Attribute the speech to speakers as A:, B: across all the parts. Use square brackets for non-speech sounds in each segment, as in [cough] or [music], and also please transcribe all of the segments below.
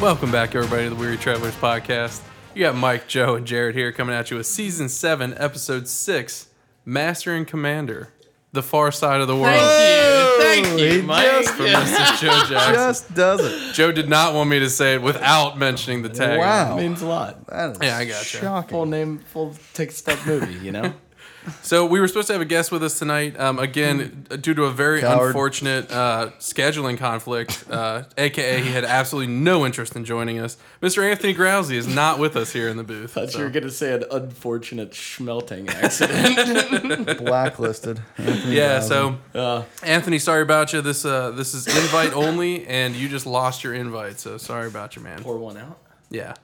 A: Welcome back, everybody, to the Weary Travelers podcast. You got Mike, Joe, and Jared here coming at you with season seven, episode six, Master and Commander, the far side of the world.
B: Thank you, thank
C: he
B: you, Mike.
C: just-
A: From Mrs.
B: [laughs]
A: Joe Jackson.
C: Just does it.
A: Joe did not want me to say it without mentioning the tag.
C: Wow.
B: means a lot.
C: That is
A: Yeah, I gotcha.
C: shocking.
B: Full name, full text stuff movie. You [laughs] know,
A: So we were supposed to have a guest with us tonight. Um, again, due to a very
C: Hmm. Coward.
A: unfortunate uh, scheduling conflict, uh, aka he had absolutely no interest in joining us. Mr. Anthony Grousey is not with us here in the booth.
B: thought
A: so-
B: you were gonna say an unfortunate schmelting [laughs] accident. [laughs]
C: Blacklisted. Anthony
A: yeah,
C: Brown.
A: so
B: uh,
A: Anthony, sorry about you. This uh, this is invite only, and you just lost your invite. So sorry about you, man.
B: pour one out.
A: Yeah.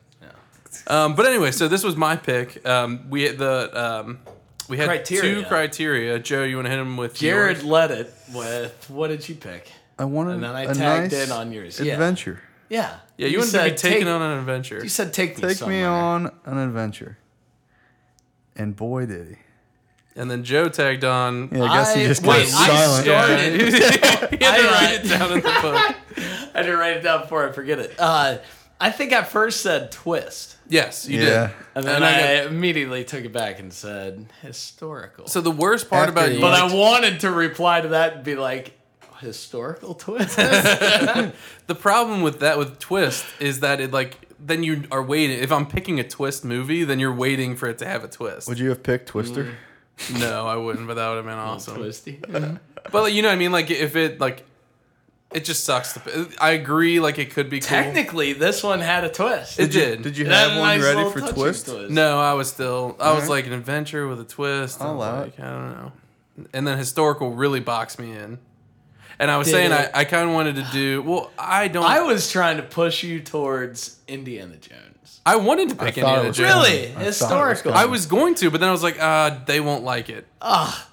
A: Um, but anyway, so this was my pick. Um, we had the um, we had
B: Criteria.
A: two criteria. Joe, you want to hit him with
B: Jared
A: yours?
B: led it with what did you pick?
C: I wanted
B: And then I
C: a
B: tagged
C: nice
B: in on yours. Yeah.
C: adventure.
B: Yeah.
A: Yeah, you, wanted to be taken on an adventure.
B: You said take me
C: Take me
B: somewhere.
C: on an adventure. And boy did he.
A: And then Joe tagged on.
C: Yeah, I guess he
B: I-
C: just
B: wait, I
C: got silent.
B: started-
A: [laughs] he
B: [laughs]
A: had to
B: [laughs] I,
A: write it down in the book.
B: I had to write it down before I forget it. Uh, I think I first said twist,
A: Yes, you
C: Yeah.
A: did.
B: and then
A: And I
B: I,
A: got-
B: immediately took it back and said historical.
A: So the worst part
C: After
A: about
C: you
A: you,
B: but I wanted to reply to that and be like historical
C: [laughs]
B: twist. [laughs]
A: the problem with that with twist is that it like then you are waiting. If I'm picking a twist movie, then you're waiting for it to have a twist.
C: Would you have picked Twister?
A: no, I wouldn't. But that would have
C: [laughs]
A: been awesome.
B: Twisty.
A: But like, you know what I mean? Like if it like, it just sucks. To, I agree. Like it could be cool.
B: Technically, this one had a twist.
A: it did.
C: Did you
B: It had
C: have
B: a
C: one
B: Mm. nice
C: ready
B: little
C: for
B: touching
C: Twist?
A: No, I was still. I was
C: Alright.
A: like an adventure with a twist. and
C: I'll allow
A: like, I don't know. And then historical really boxed me in. And I was saying I,
B: it?
A: I kind of wanted to do. Well, I don't.
B: I
A: I,
B: was trying to push you towards Indiana Jones.
A: wanted to pick Indiana
C: thought it was
A: Jones.
C: gonna-
B: Really?
C: I thought it was
B: Historical.
C: gonna-
A: I was going to, but then I was like, uh, they won't like it.
B: Ah,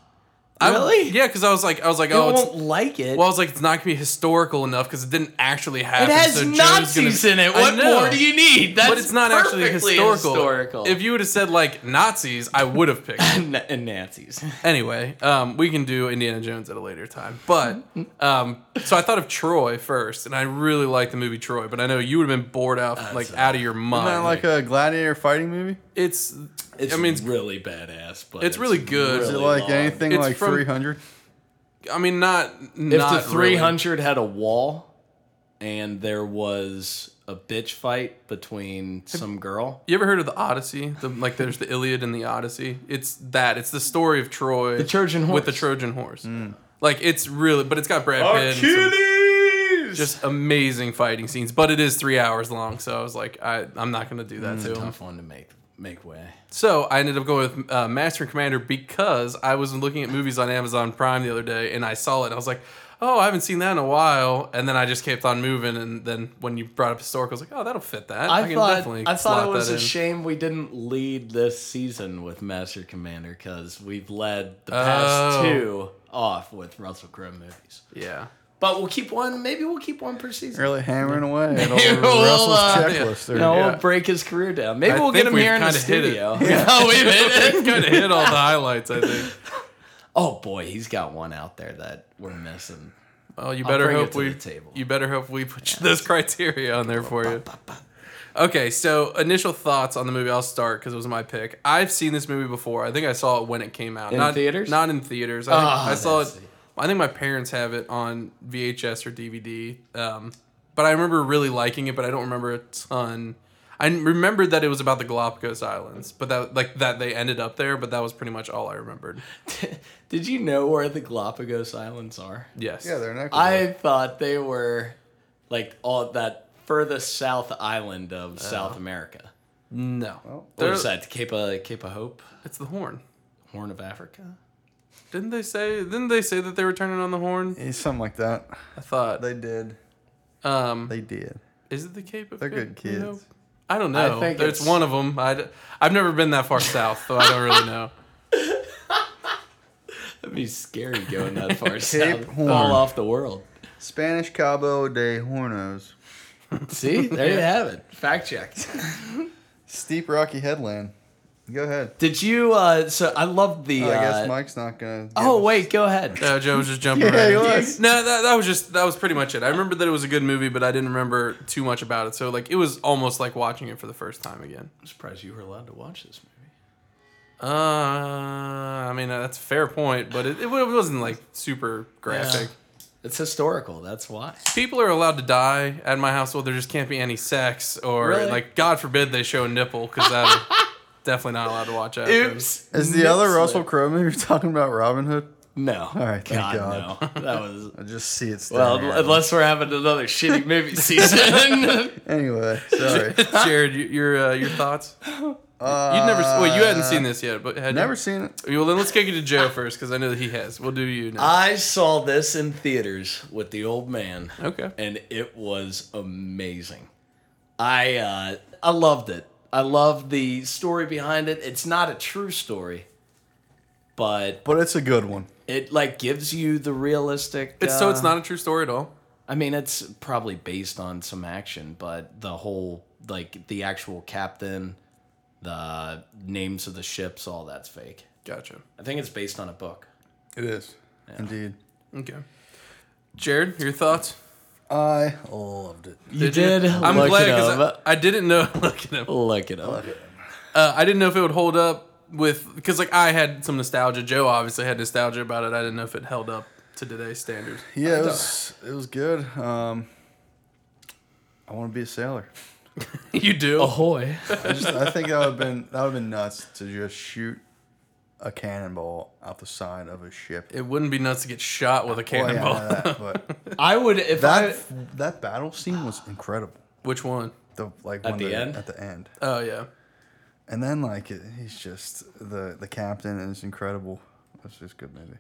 A: I,
B: really?
A: Yeah, because I was like, I was like,
B: you
A: oh, it's,
B: won't like it.
A: well, I was like, it's not gonna be historical enough because it didn't actually
B: it
A: happen.
B: has
A: so Joe's
B: Nazis
A: gonna,
B: in it.
A: I
B: What
A: know.
B: more do you need? That's
A: But it's not actually
B: perfectly
A: historical.
B: historical. [laughs]
A: If you would have said like Nazis, I would have picked. it.
B: and, and Nazis.
A: [laughs] Anyway, um, we can do Indiana Jones at a later time. But um, so I thought of Troy first, and I really like the movie Troy. But I know you would have been bored out, like out of your mind.
C: Isn't that like a gladiator fighting movie?
A: it's, I mean, it's,
B: really badass, but
A: it's really good.
C: Is it
A: Really
C: like
B: long.
C: anything
A: It's
C: like
A: from-
C: 300?
B: [laughs]
A: I mean, not
B: If
A: not
B: the 300 had a wall and there was a bitch fight between some girl.
A: Really. You ever heard of the Odyssey? The, like, there's the Iliad and the Odyssey. It's that. It's the story of Troy, the
B: Trojan
A: with the
B: horse. Mm.
A: Trojan horse. Like, it's really, but it's got Brad Pitt. and some-
B: Achilles!
A: just amazing fighting scenes, but it is three hours long, so I was like, I, I'm not gonna do that
B: Mm,
A: to him.
B: tough one to make make way.
A: So I ended up going with uh, Master and Commander because I was looking at movies on Amazon Prime the other day, and I saw it. And I was like, oh, I haven't seen that in a while, and then I just kept on moving. And then when you brought up historical, I was like, oh, that'll fit that.
B: I, thought I
A: slot
B: thought it was
A: that
B: a
A: in.
B: shame we didn't lead this season with Master Commander because we've led the past
A: Oh.
B: two off with Russell Crowe movies.
A: Yeah.
B: But we'll keep one. Maybe we'll keep one per season.
C: Really
B: [laughs]
C: hammering away at old
B: Well,
C: Russell's
B: uh,
C: checklist. there.
B: No,
A: Yeah.
B: we'll break his career down. Maybe
A: I
B: we'll
A: think
B: get him
A: we've
B: here in the
A: kinda hit it. [laughs]
B: studio. Yeah, we've Oh, hit it.
A: Kind of hit all the highlights, I think.
B: Oh boy, he's got one out there that we're missing. [laughs]
A: Well, you better
B: bring it
A: hope
B: to
A: we.
B: the table.
A: You better hope we put those criteria on there for you. Okay, so initial thoughts on the movie. I'll start because it was my pick. I've seen this movie before. I think I saw it when it came out.
B: In
A: not,
B: theaters?
A: Not in theaters. I, think,
B: Ah,
A: I saw it.
B: that's-
A: I think my parents have it on VHS or DVD. Um, but I remember really liking it, but I don't remember a ton. I remembered that it was about the Galapagos Islands, but that like that they ended up there. But that was pretty much all I remembered.
B: Did you know where the Galapagos Islands are?
A: Yes.
C: Yeah, they're not.
B: I thought they were like all that furthest south island of South America.
A: No.
B: Or
C: Oh,
A: They're-
B: is that Cape of Cape of Hope,
A: it's the horn.
B: Horn of Africa?
A: Didn't they say? Didn't they say that they were turning on the horn?
C: Yeah, something like that.
A: I thought.
C: They did.
A: Um,
C: They did.
A: is it the Cape of
C: They're
A: Good
C: good kids.
A: I don't know.
B: I think
A: There's
B: it's-
A: one of them. I have never been that far south, so I don't really
C: [laughs]
A: know.
B: That'd be scary going
C: [laughs]
B: that far
C: Cape
B: south.
C: Horn.
B: Fall off the world.
C: Spanish Cabo de Hornos. [laughs]
B: See, there you have it. Fact check.
C: Steep rocky headland. Go ahead.
B: Did you? Uh, so I love the.
C: Oh, I
B: uh,
C: guess Mike's not gonna. give
B: Oh
C: us-
B: wait, go ahead.
C: [laughs]
A: No, Joe was just jumping.
C: Yeah,
A: right
C: he
A: in.
C: was.
A: No, that, that was just that was pretty much it. I remember that it was a good movie, but I didn't remember too much about it. So like it was almost like watching it for the first time again.
B: I'm surprised you were allowed to watch this movie.
A: Uh, I mean that's a fair point, but it, it wasn't like super graphic.
B: It's historical. That's why.
A: People are allowed to die at my household. There just can't be any sex or
B: Really?
A: like God forbid they show a nipple because
C: [laughs]
A: that definitely not allowed to watch that.
C: Is the other Russell Crowe movie [laughs] talking about Robin Hood?
B: No. All
C: right, thank God.
B: No. [laughs] That was.
C: I just see it.
B: Well,
C: staring at me.
B: unless we're having another shitty movie [laughs] season.
A: [laughs]
C: Anyway, sorry.
A: [laughs] Jared, you, your uh, your thoughts?
C: Uh,
A: You'd never. Well, you hadn't seen this yet, but had you?
C: Never seen it.
A: Well, then let's kick it to Joe first because I know that he has. We'll do you now.
B: [laughs] I saw this in theaters with the old man.
A: okay.
B: and it was amazing. I uh, I loved it. I love the story behind it. It's not a true story, but
C: But it's a good one.
B: it like gives you the realistic.
A: It's, so it's
B: uh,
A: not a true story at all.
B: I mean, it's probably based on some action, but the whole like the actual captain, the names of the ships, all that's fake.
A: Gotcha.
B: I think it's based on a book.
C: It is. Indeed.
A: Okay. Jared, your thoughts?
C: I loved it.
B: You did.
A: I'm
B: look
A: glad
B: it
A: because
B: up.
A: I, I didn't know. [laughs] Look at him.
B: Look it up.
A: Uh, I didn't know if it would hold up with because like I had some nostalgia. Joe obviously had nostalgia about it. I didn't know if it held up to today's standards. [laughs]
C: Yeah, it was, it was good. Um, I want to be a sailor.
A: you do.
B: Ahoy!
C: I, just, I think that would have been that would have been nuts to just shoot a cannonball out the side of a ship.
A: It wouldn't be nuts to get shot with a
C: Well, yeah,
A: cannonball.
C: I know that, but
B: I would if I.
C: that that battle scene was incredible.
A: [laughs] Which one?
C: The like
B: At
C: when
B: the end?
C: at the end,
A: Oh yeah.
C: and then like it, he's just the the captain is incredible. That's just a good movie.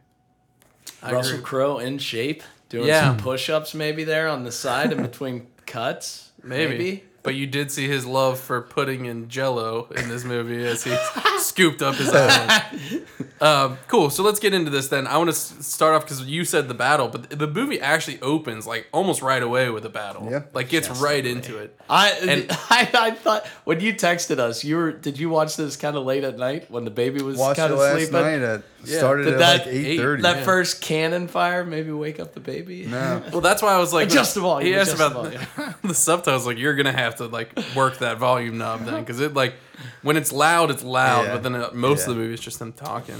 C: [laughs]
A: I
B: Russell
A: agree.
B: Crowe in shape, doing
A: Yeah.
B: some push-ups maybe there on the side in between [laughs] cuts.
A: Maybe. But you did see his love for pudding and jello in this movie as he [laughs] scooped up his island. Um, cool. So let's get into this then. I want to start off because you said the battle, but the movie actually opens like almost right away with a battle.
C: Yeah.
A: Like gets right into it.
B: I,
A: And-
B: [laughs] I I thought when you texted us, you were did you watch this kind of late at night when the baby was
C: Watched
B: kind
C: it
B: of
C: last
B: sleeping?
C: night. At, Started
B: Did
C: at
B: that-
C: like
B: eight-
C: eight thirty.
B: That
A: yeah.
B: first cannon fire maybe wake up the baby.
C: No.
A: Well, that's why I was like,
B: Adjust the volume,
A: He asked
B: adjust the
A: about the, the [laughs] subtitles. Like, you're gonna have to like work that volume knob then, because it like when it's loud, it's loud.
C: Yeah.
A: But then uh, most
C: Yeah.
A: of the movie is just them talking.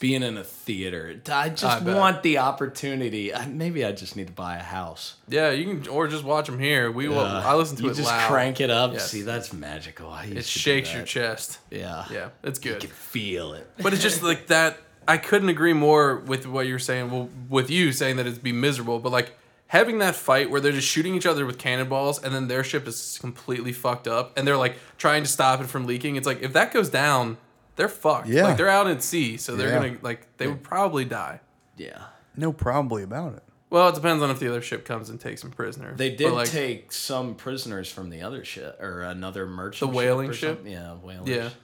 B: Being in a theater, I just
A: I bet.
B: want the opportunity. I- Maybe I just need to buy a house.
A: Yeah, you can or just watch them here. We will.
B: Uh,
A: Oh, I listen to
B: you
A: it
B: just
A: loud.
B: crank it up.
A: Yes.
B: See, that's magical. I used
A: It
B: to do
A: shakes your
B: that.
A: chest.
B: Yeah.
A: Yeah, it's
B: You
A: good.
B: can feel [laughs] it.
A: But it's
C: [laughs]
A: just like that. I couldn't agree more with what you're saying. Well, with you saying that it'd be miserable, but like having that fight where they're just shooting each other with cannonballs and then their ship is completely fucked up and they're like trying to stop it from leaking. It's like if that goes down, they're fucked.
C: Yeah.
A: Like they're out at sea, so they're
C: Yeah.
A: gonna like they would probably die.
B: Yeah.
C: No probably about it.
A: Well, it depends on if the other ship comes and takes them prisoner.
B: They
A: But,
B: did
A: like,
B: take some prisoners from the other ship or another merchant.
A: The whaling
B: or
A: ship?
B: something. Yeah, whaling.
A: Yeah.
B: sh-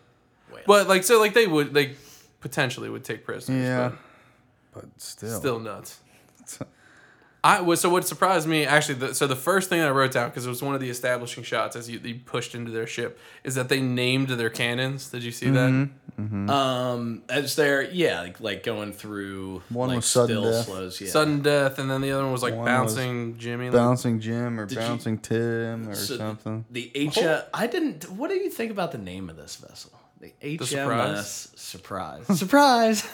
B: Whaling.
A: But like so, like they would they potentially would take prisoners.
C: Yeah,
A: but-
C: but still,
A: Still nuts. I was so what surprised me actually. The, so the first thing I wrote down because it was one of the establishing shots as you, you pushed into their ship is that they named their cannons. Did you see that?
B: um, as they're yeah, like, like going through
C: One
B: like,
C: was sudden
B: still
C: death.
B: slows. Yeah.
A: Sudden death, and then the other one was like
C: One
A: bouncing Jimmy. like-
C: bouncing Jim or
B: you-
C: bouncing Tim or
B: So [laughs]
C: something.
B: The H. I didn't. What do you think about the name of this vessel? The HMS Surprise.
A: [laughs]
B: Surprise.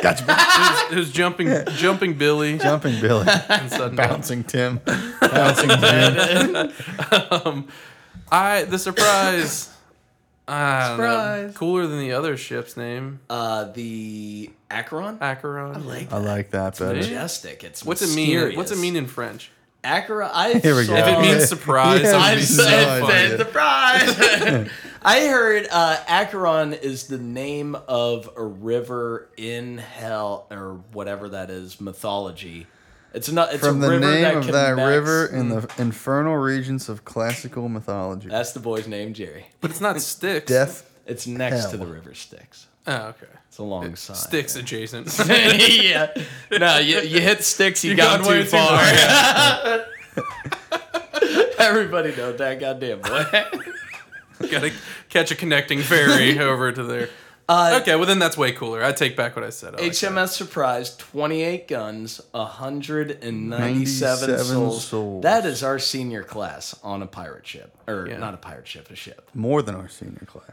A: it was jumping, [laughs] jumping Billy
C: Jumping Billy,
A: and sudden death.
C: bouncing Tim, bouncing Jim.
A: I the surprise. I don't know.
B: Surprise.
A: Cooler than the other ship's name,
B: [laughs] uh, the Acheron.
A: Acheron.
B: like
C: I like that better.
B: majestic. It's
A: Uh, What's it mean?
B: mysterious.
A: What's it mean in French?
B: Acheron. I
C: [laughs] Here we go.
B: saw-
A: If it means surprise,
C: Yeah,
A: it
B: [laughs] I
A: would be
C: no
A: so
B: said said
A: funny.
C: [laughs] idea.
B: surprise. [laughs] I heard uh, Acheron is the name of a river in hell or whatever that is mythology. It's not. It's
C: From
B: a
C: the
B: river
C: name
B: that
C: of that
B: connects- Mm.
C: river in the infernal regions of classical mythology,
B: That's the boy's name, Jerry.
A: But it's not sticks.
C: death.
B: It's next to the
C: Hell.
B: river Styx.
A: Oh, okay.
B: It's alongside.
A: Sticks adjacent.
B: [laughs]
A: [laughs]
B: yeah. No, you, you hit Styx, you,
A: You
B: got
A: gone way
B: too
A: too
B: far. [laughs]
A: far.
B: [laughs] Everybody knows that goddamn boy.
A: [laughs] Gotta catch a connecting ferry over to there. okay, well then that's way cooler. I take back what I said. I like that.
B: HMS Surprise, 28 guns, 197
C: 97
B: souls.
C: souls.
B: That is our senior class on a pirate ship. Or not a pirate ship, a ship.
C: More than our senior class.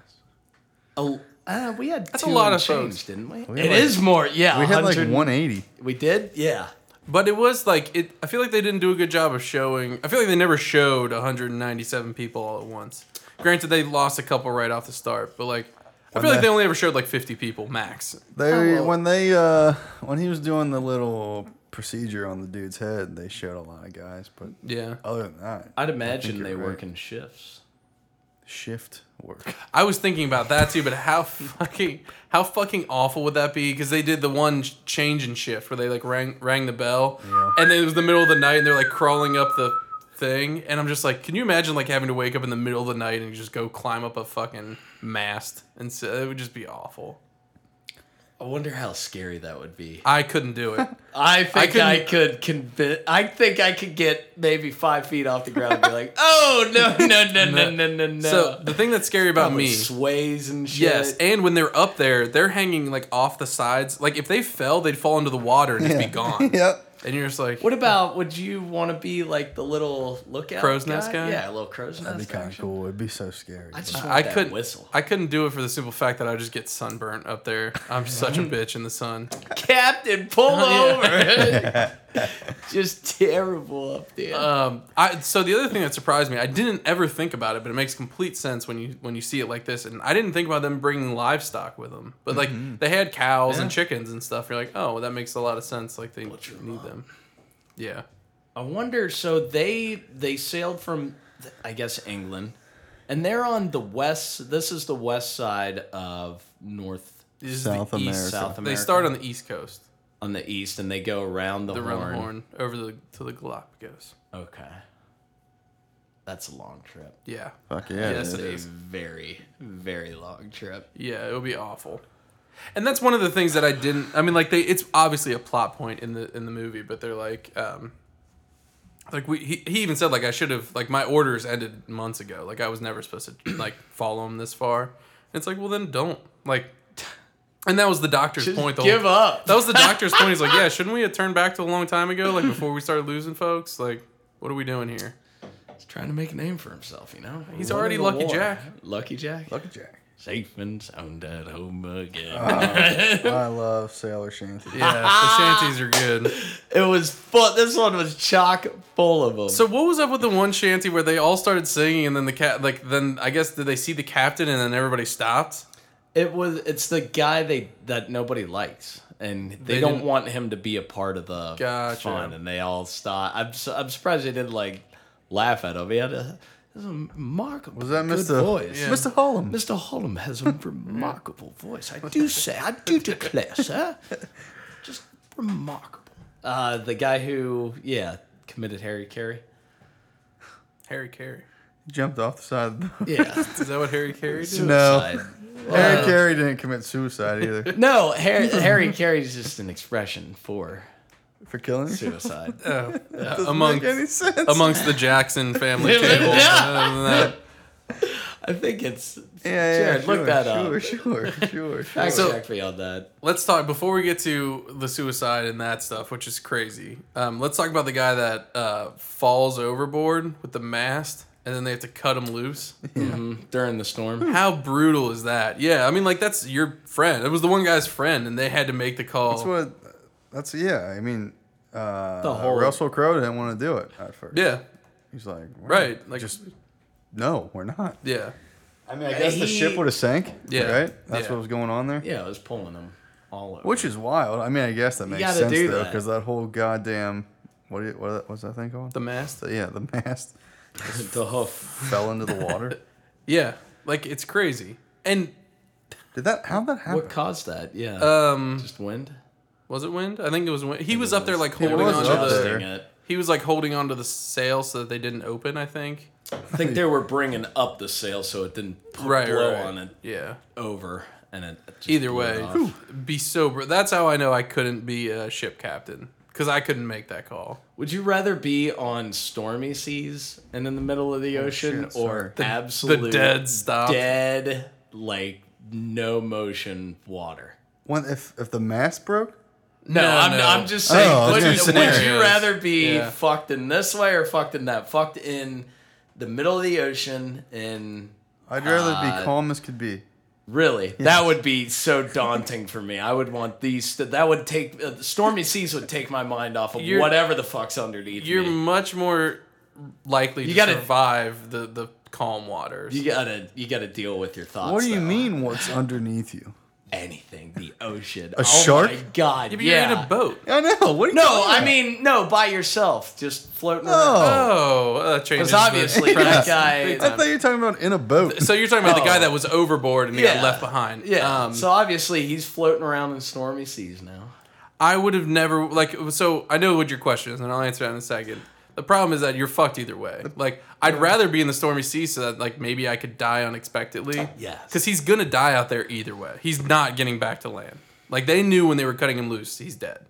B: Oh, uh, we had That's
A: a lot of
B: change,
A: folks.
B: didn't we? It
C: We
B: is
C: had like-
B: more, yeah.
C: We had like
B: 100
C: 180.
B: We did? Yeah.
A: But it was like it. I feel like they didn't do a good job of showing. I feel like they never showed 197 people all at once. Granted, they lost a couple right off the start, but like I feel like
C: that-
A: they only ever showed like 50 people max.
C: They when they uh when he was doing the little procedure on the dude's head, they showed a lot of guys, but
A: Yeah,
C: other than that,
B: I'd imagine they
C: you're
B: work
C: right.
B: in shifts.
C: shift
B: [laughs]
C: work.
A: I was thinking about that too. But how fucking how fucking awful would that be? Because they did the one sh- change and shift where they like rang rang the bell,
C: Yeah.
A: and then it was the middle of the night, and they're like crawling up the thing, and I'm just like, can you imagine like having to wake up in the middle of the night and just go climb up a fucking mast? And so it would just be awful.
B: I wonder how scary that would be.
A: I couldn't do it.
B: I think
A: couldn't-
B: I, could convince. I think I could get maybe five feet off the ground and be like, [laughs] "Oh no, no, no, no, no, no, [laughs] no!"
A: So the thing that's scary about
B: With
A: me,
B: sways and shit.
A: yes, and when they're up there, they're hanging like off the sides. Like if they fell, they'd fall into the water and just be
B: [laughs]
A: gone.
C: [laughs] yep.
A: And you're just like,
B: What about? Would you want to be like the little lookout
A: Crow's nest guy?
B: Yeah, a little crow's nest.
C: That'd be kind of
B: action.
C: cool. It'd be so scary.
B: I
C: but-
B: just want
A: I
B: that
A: couldn't
B: whistle.
A: I couldn't do it for the simple fact that I would just get sunburnt up there. I'm
B: [laughs]
A: such a bitch in the sun.
B: Captain, pull [laughs]
A: Yeah.
B: over.
C: [laughs]
B: Just terrible up there.
A: Um, I so the other thing that surprised me, I didn't ever think about it, but it makes complete sense when you when you see it like this. And I didn't think about them bringing livestock with them, but like they had cows and
B: Mm-hmm. Yeah.
A: chickens and stuff. You're like, oh, well, that makes a lot of sense. Like they
B: Butcher 'em
A: need
B: up.
A: them. Yeah.
B: I wonder. So they they sailed from, I guess England, and they're on the west. This is the west side of North
A: This is the east-
C: South America.
B: South America.
A: They start on the east coast,
B: on the east, and they go around the,
A: the
B: horn.
A: round horn, over the to the Galapagos.
B: Okay, that's a long trip.
A: Yeah,
C: Fuck yeah.
A: Yes,
C: dude.
A: it
B: A
A: is.
B: very very long trip.
A: yeah, it would be awful. And that's one of the things that I didn't. I mean, like they, it's obviously a plot point in the in the movie, but they're like, um, like we. He, he even said like I should have like my orders ended months ago. Like I was never supposed to
B: [clears throat]
A: like follow him this far. And it's like, well then don't like. And that was the doctor's point. The
B: Give
A: whole,
B: up.
A: That was the doctor's point. He's like,
B: [laughs]
A: yeah, shouldn't we have turned back to a long time ago? Like before we started losing folks. Like, what are we doing here?
B: He's trying to make a name for himself, you know.
A: He's
B: Won
A: already
B: an
A: Lucky
B: award.
A: Jack.
B: Lucky Jack.
C: Lucky Jack.
B: Safe and sound at home again.
A: Ah.
C: I love Sailor Shanty.
A: Yeah, the shanties are good.
B: [laughs] it was full. This one was chock full of them.
A: So what was up with the one shanty where they all started singing and then the cat like then I guess did they see the captain and then everybody stopped?
B: It was. It's the guy they that nobody likes, and they,
A: They
B: don't
A: didn't-
B: want him to be a part of the
A: Gotcha.
B: fun. And they all stop. I'm su- I'm surprised they didn't like laugh at him. He had a, he has a remarkable.
C: Was that
B: good
C: Mr.
B: Voice.
A: Yeah.
C: Mr. Hollum?
B: Mr. Hollum has a remarkable voice. I do say, I do declare, sir. Just remarkable. Uh, the guy who, yeah, committed Harry Carey.
A: Harry Carey.
C: Jumped off the side. Of the boat.
B: Yeah.
A: Is that what Harry Carey did?
C: No.
B: Suicide.
C: [laughs] Harry Carey didn't commit
B: [laughs]
C: suicide either.
B: No, Harry, Harry Carey's just an expression for
C: For killing?
B: suicide.
A: Oh, [laughs] yeah,
C: Doesn't
A: among
C: make any sense.
A: amongst the Jackson [laughs] family
B: Yeah.
A: table. Other than that-
B: I think it's
C: yeah, yeah,
B: Jared,
C: sure,
B: look that
C: sure,
B: up. [laughs]
C: Sure, sure, sure.
B: Fact
A: So-
B: check me on that.
A: let's talk before we get to the suicide and that stuff, which is crazy. Um, let's talk about the guy that uh, falls overboard with the mast and then they have to cut him
C: [laughs]
A: loose.
B: Mhm, During the storm.
A: How brutal is that? Yeah, I mean like that's your friend. It was the one guy's friend and they had to make the call.
C: That's what. That's yeah. I mean, uh,
B: The whole-
C: Russell Crowe didn't want to do it at first.
A: yeah.
C: he's like, "We're
A: Right,
C: not-
A: like-
C: just no, we're not.
A: Yeah.
C: I mean, I
B: guess the ship
C: would have sank.
A: Yeah,
C: right. That's
A: yeah.
C: what was going on there.
B: Yeah, I was pulling them all over.
C: Which is wild. I mean, I guess that makes
B: gotta
C: sense
B: do
C: though,
B: that.
C: because that whole goddamn what? do you- what what's that thing called?
A: The mast.
C: So, yeah, the mast
B: [laughs] the hoof.
C: fell into the
B: [laughs]
C: water.
A: Yeah, like it's crazy. And
C: Did that? How did that happen?
B: What caused that? Yeah.
A: um,
B: just wind.
A: was it wind? I think it was wind. He was up there like
C: It
A: holding
C: was
A: onto
C: up
A: the.
C: there.
B: Adjusting it.
A: He was like holding onto the sail so that they didn't open. I think.
B: I think they were bringing up the sail so it didn't p-
A: Right.
B: blow
A: right.
B: on it
A: Yeah.
B: over. And it just
A: Either
B: blew it
A: way,
B: off.
A: be sober. That's how I know I couldn't be a ship captain. because I couldn't make that call.
B: Would you rather be on stormy seas and in the middle of the ocean,
C: shit,
B: or absolute
A: Oh, The dead stop.
B: dead, like no motion water?
C: When if if the mast broke,
B: No,
A: No,
B: I'm,
A: no.
B: I'm just
C: Oh,
B: saying.
C: I was
B: would,
C: gonna
B: you-
C: say-
B: would you
A: Scenarios.
B: rather be
A: Yeah.
B: fucked in this way or fucked in that? Fucked in the middle of the ocean in
C: I'd rather
B: Uh,
C: be calm as could be.
B: Really, that would be so daunting for me. I would want these. That would take uh, stormy seas would take my mind off of
A: You're-
B: whatever the fuck's underneath
A: You're
B: me.
A: much more likely to
B: gotta-
A: survive the the calm waters.
B: You gotta, you gotta deal with your thoughts.
C: What do you
B: though.
C: mean? What's underneath you?
B: Anything? The ocean.
C: A
B: oh
C: shark?
B: My God.
A: Maybe
B: yeah.
A: you're in a boat.
C: I know. What? Are you
B: No,
C: talking
B: I
C: about?
B: mean no, by yourself, just floating around.
C: No.
A: Oh, uh, changes
B: Because
A: the
C: [laughs]
B: obviously that
A: premise.
B: guy. uh,
C: I thought you were talking about in a
A: [laughs]
C: boat. [laughs]
A: So you're talking about
B: Oh.
A: the guy that was overboard and he
B: Yeah.
A: got left behind.
B: Yeah.
A: Um,
B: so obviously he's floating around in stormy seas now.
A: I would have never like. So I know what your question is, and I'll answer that in a second. The problem is that you're fucked either way. Like I'd rather be in the stormy sea so that like maybe I could die unexpectedly.
B: Yes.
A: Because he's gonna die out there either way. He's not getting back to land. Like they knew when they were cutting him loose, he's dead.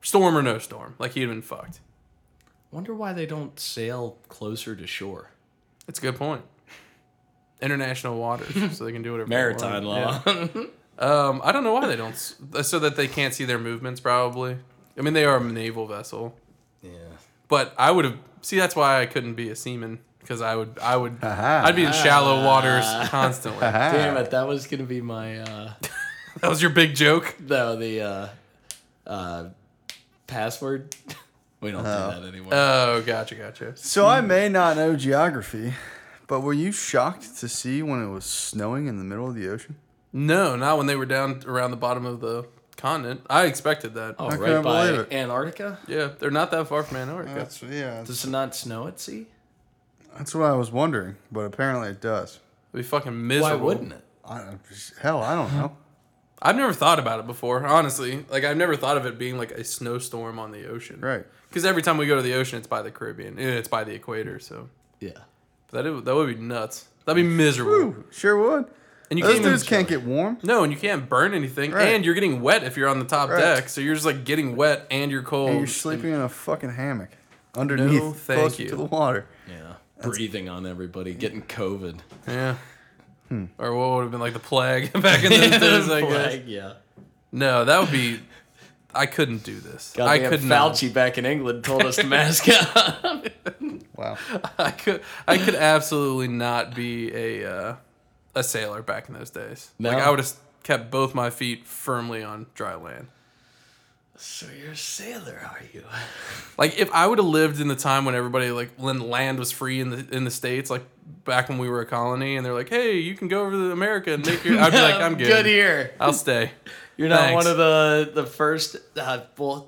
A: Storm or no storm, like he'd been fucked.
B: Wonder why they don't sail closer to shore.
A: That's a good point. International
B: [laughs]
A: waters, so they can do whatever. they
B: Maritime
A: want.
B: law. [laughs]
A: Um, I don't know why they don't, s- so that they can't see their movements. Probably. I mean, they are a naval vessel,
B: yeah.
A: but I would have. See, that's why I couldn't be a seaman because I would, I
B: [laughs]
A: would,
C: Aha.
A: I'd be in shallow waters constantly. that
C: Ah.
B: Damn it, that was gonna be my uh
A: was your big joke.
B: no the uh uh password. [laughs] We don't do that anymore.
A: Oh, gotcha, gotcha.
C: So I may not know geography, but were you shocked to see when it was snowing in the middle of the ocean?
A: No, not when they were down around the bottom of the continent. I expected that.
B: oh,
C: I
B: right
C: can't
B: by
C: believe it.
B: Antarctica?
A: Yeah, they're not that far from Antarctica.
C: yeah.
B: Does it not snow at sea?
C: That's what I was wondering, but apparently it does.
A: It'd be fucking
B: Why
A: miserable.
B: wouldn't it?
C: I, hell, I
A: [laughs]
C: don't know.
A: I've never thought about it before, honestly. Like I've never thought of it being like a snowstorm on the ocean.
C: Right.
A: Because every time we go to the ocean, it's by the Caribbean. Eh, It's by the equator. So
B: Yeah.
A: that it, that would be nuts. That'd be miserable.
C: Ooh, sure would.
A: And you
C: Those
A: can't even-
C: dudes can't get warm.
A: No, and you can't burn anything,
C: Right.
A: and you're getting wet if you're on the top
C: Right.
A: deck. So you're just like getting wet, and you're cold.
C: And you're sleeping in a fucking hammock underneath,
A: No, thank
C: close
A: you.
C: to the water.
B: Yeah. Breathing on everybody, getting [laughs] COVID.
A: Yeah.
C: Hmm.
A: Or what would have been like the plague [laughs] back in
B: [laughs]
C: [laughs]
A: those days, I guess.
B: Like, yeah.
A: No, that would be. I couldn't do this. I
B: Goddamn
A: could not.
B: Fauci back in England told us to [laughs] mask up.
A: [laughs]
C: Wow.
A: [laughs] I could I could absolutely not be a uh, a sailor back in those days.
B: No?
A: Like I would have kept both my feet firmly on dry land.
B: so you're a sailor, are you?
A: Like if I would have lived in the time when everybody like when land was free in the in the states, like back when we were a colony, and they're like, "Hey, you can go over to America and make your." I'd be
B: [laughs]
A: like, "I'm good.
B: Good here.
A: I'll stay."
B: You're not
A: Thanks.
B: one of the the first. Uh, well,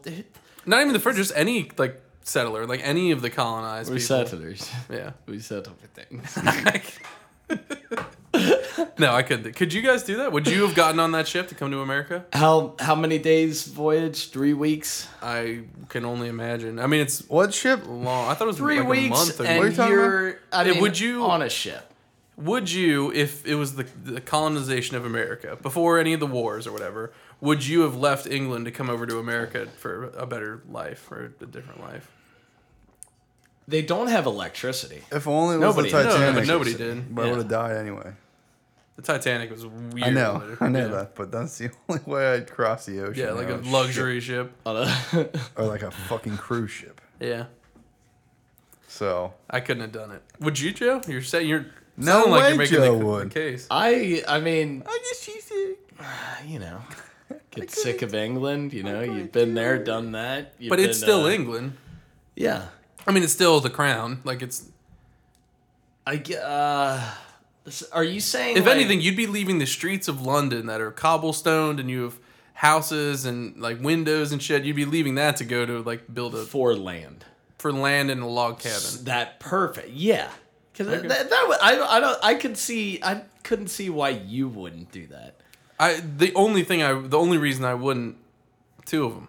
A: Not even the first, just any like settler, like any of the colonized
B: we
A: people.
B: settlers.
A: Yeah. [laughs]
B: We settle for things.
A: no, I couldn't. Could you guys do that? Would you have gotten on that ship to come to America?
B: [laughs] How how many days voyage? Three weeks.
A: I can only imagine. I mean, it's
C: What ship?
A: long. I thought it was
B: Three
A: like a
B: weeks,
A: month or
B: and
C: you talking about?
B: you're. I
A: Yeah,
B: mean,
A: would you-
B: on a ship?
A: Would you, if it was the, the colonization of America before any of the wars or whatever, would you have left England to come over to America for a better life or a different life?
B: They don't have [laughs] electricity.
C: If only it was
B: Nobody. No,
C: the
A: No, no,
C: Titanic.
A: but nobody did.
C: But I
B: Yeah.
C: would have died anyway.
A: The Titanic was weird.
C: I know. I know Oh,
A: yeah.
C: that, but that's the [laughs] only way I'd cross the ocean.
A: Yeah, like
C: you
A: a
C: know,
A: luxury ship.
B: On a-
C: ship, or like a fucking cruise ship.
A: Yeah,
C: So
A: [laughs] I couldn't have done it. Would you, Joe? You're saying you're
C: No
A: sounding like
C: way
A: you're making the,
C: Joe
A: the
C: would.
A: case.
B: I I mean,
C: I guess she's sick.
B: you know, get sick of England. You know, you've been there, done that. You've
A: But it's
B: been,
A: still
B: uh,
A: England.
B: Yeah.
A: I mean, it's still the crown. Like it's
B: I ge- uh, s- are you saying
A: If
B: like-
A: anything, you'd be leaving the streets of London that are cobblestoned and you have houses and like windows and shit. You'd be leaving that to go to like build a
B: for land?
A: for land in a log cabin.
B: that perfect. Yeah, because that, that would, I, don't- I don't I could see I couldn't see why you wouldn't do that.
A: I the only thing I the only reason I wouldn't two of them.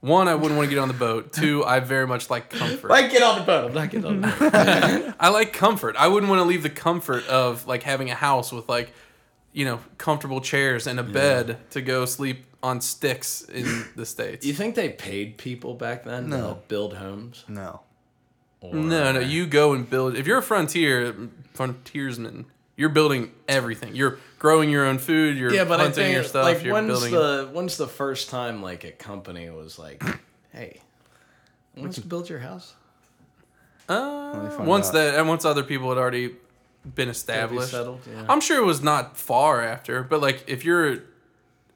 A: One, I wouldn't want to get on the
B: [laughs]
A: boat. Two, I very much like comfort.
B: Like get on the boat. I'm not getting on the boat.
A: I like comfort. I wouldn't want to leave the comfort of like having a house with like, you know, comfortable chairs and a bed to go sleep on sticks in the states.
B: Do [laughs] you think they paid people back then to
C: No.
B: help build homes?
C: No.
B: Or-
A: No, no, you go and build. If you're a frontier frontiersman, you're building everything. You're growing your own food. You're
B: Yeah, but I
A: hunting
B: think
A: your stuff.
B: like
A: you're
B: when's
A: building.
B: the when's the first time like a company was like, hey, want to build your house?
A: Uh,
C: find
A: once
C: out.
A: that and once other people had already been established,
B: settled, yeah.
A: I'm sure it was not far after. But like, if you're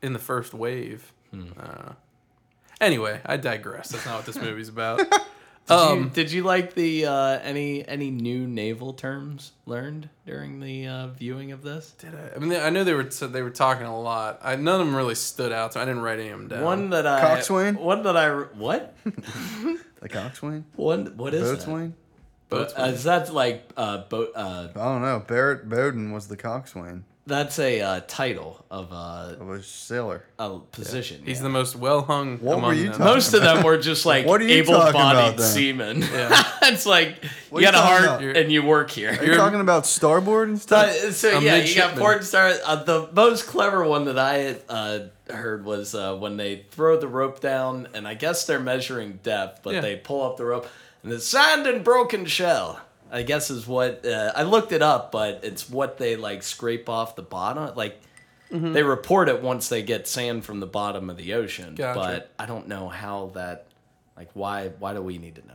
A: in the first wave,
C: Hmm.
A: uh, anyway, I digress. That's not what this movie's
C: [laughs]
A: about.
B: Um, did you like the uh, any any new naval terms learned during the uh, viewing of this?
A: Did I, I mean, I know they were so they were talking a lot. I, none of them really stood out, so I didn't write any of them down.
B: One that I
C: Coxswain?
B: One that I what?
C: The coxswain?
B: One what is that?
C: Boatswain?
A: Boats
B: Uh, is that like uh, boat? Uh,
C: I don't know. Barrett Bowden was the coxswain
B: that's a uh, title of a,
C: of a sailor.
B: a position.
A: He's
B: yeah.
A: the most well hung.
C: What were
A: among
C: you
A: them.
C: talking
B: Most of them were just like
C: [laughs] What are you talking about
B: able-bodied
C: then?
B: seamen.
A: Yeah.
B: [laughs] it's like
C: What
B: you
C: are you
B: got a
C: talking
B: heart
A: about?
B: and you work here.
C: Are you talking about starboard and
B: Uh,
C: stuff?
B: so
A: A
B: yeah, you got
A: midshipman.
B: porn star. Uh, the most clever one that I had, uh, heard was uh, when they throw the rope down, and I guess they're measuring depth, but
A: Yeah.
B: they pull up the rope, and it's sand and broken shell. I guess is what uh, I looked it up, but it's what they like scrape off the bottom. Like
A: Mm-hmm.
B: they report it once they get sand from the bottom of the ocean,
A: Gotcha.
B: but I don't know how that. Like why? Why do we need to know?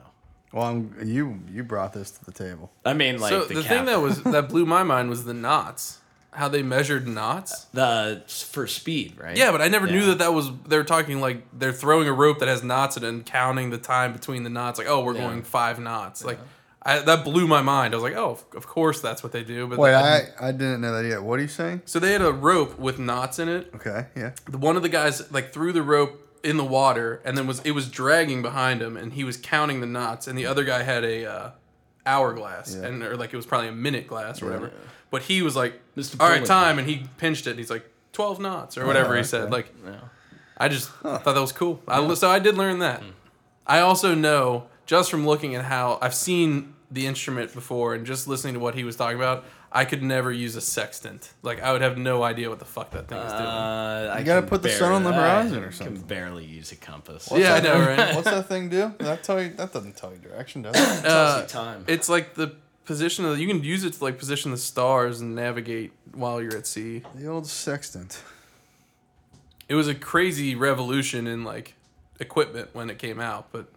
C: well, I'm, you you brought this to the table.
A: [laughs]
B: I mean, like
A: so the,
B: the,
A: thing that
B: captain-
A: was that blew
B: [laughs]
A: my mind was the knots. How they measured knots.
B: the for speed, right?
A: Yeah, but I never knew
B: Yeah.
A: that that was. They were talking like they're throwing a rope that has knots in it and counting the time between the knots. Like, oh, we're
B: Yeah.
A: going five knots. Like, I, that blew my mind. I was like, oh, of- of course that's what they do. But
C: Wait,
A: then-
C: I, I didn't know that yet. What are you saying?
A: so they had a rope with knots in it.
C: Okay, yeah.
A: The- One of the guys like threw the rope in the water and then was it was dragging behind him and he was counting the knots and the other guy had a uh, hourglass
C: Yeah.
A: and or like it was probably a minute glass or whatever. But he was like,
B: Mr.
A: all right,
B: Pullen.
A: time, and he pinched it and he's like. 12 knots or whatever he
C: okay.
A: said like
B: Yeah.
A: I just thought that was cool. I, so I did learn that. I also know just from looking at how I've seen the instrument before and just listening to what he was talking about, I could never use a sextant. Like I would have no idea what the fuck that thing is doing.
B: Uh, I
C: You gotta
B: can
C: put the sun on the
B: I
C: horizon or
B: Can
C: something.
B: barely use a compass.
A: What's Yeah, I know,
C: [laughs]
A: right?
C: What's that thing do? That tell you? That doesn't tell you direction,
A: [coughs]
C: does it?
B: tells you
A: Uh,
B: time.
A: It's like the position of you can use it to like position the stars and navigate while you're at sea.
C: the old sextant.
A: It was a crazy revolution in like equipment when it came out, but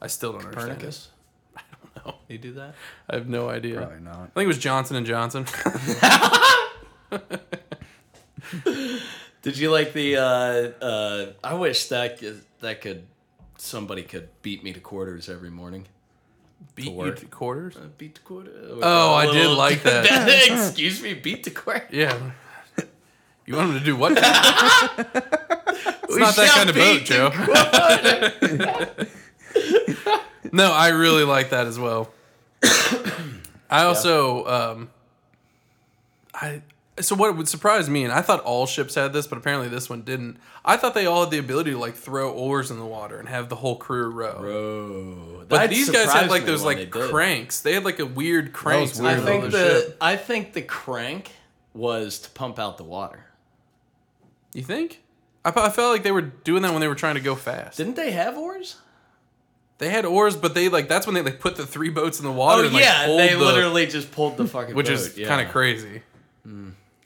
A: I still don't understand
B: [laughs] Copernicus.
A: it. No,
B: You do that?
A: I have no idea.
C: Probably not.
A: I think it was Johnson and Johnson. [laughs]
B: Did you like the? Uh, uh, I wish that could- that could somebody could beat me to quarters every morning.
A: Beat you
B: work.
A: to quarters.
B: Uh, beat to quarters.
A: Oh, I did like that.
B: excuse me, beat to quarters.
A: Yeah. You want him to do
B: [laughs]
A: what? it's not that
B: shall
A: kind of
B: be
A: boat, Joe. no, I really like that as well. I also, um, I so what would surprise me, and I thought all ships had this, but apparently this one didn't. I thought they all had the ability to like throw oars in the water and have the whole crew row.
B: Bro,
A: But
B: that
A: these guys had
B: surprised
A: like
B: me
A: those
B: when
A: like
B: they did.
A: cranks. They had like a weird crank.
C: was
A: to
B: I
C: weird.
A: row
B: think
A: the
B: the
A: ship.
B: I think the crank was to pump out the water.
A: You think? I, I felt like they were doing that when they were trying to go fast.
B: Didn't they have oars?
A: They had oars, but they like that's when they like put the three boats in the water. and, like, pulled
B: Oh, they
A: the-
B: literally just pulled the fucking.
A: which is
B: boat, yeah.
A: kind of crazy.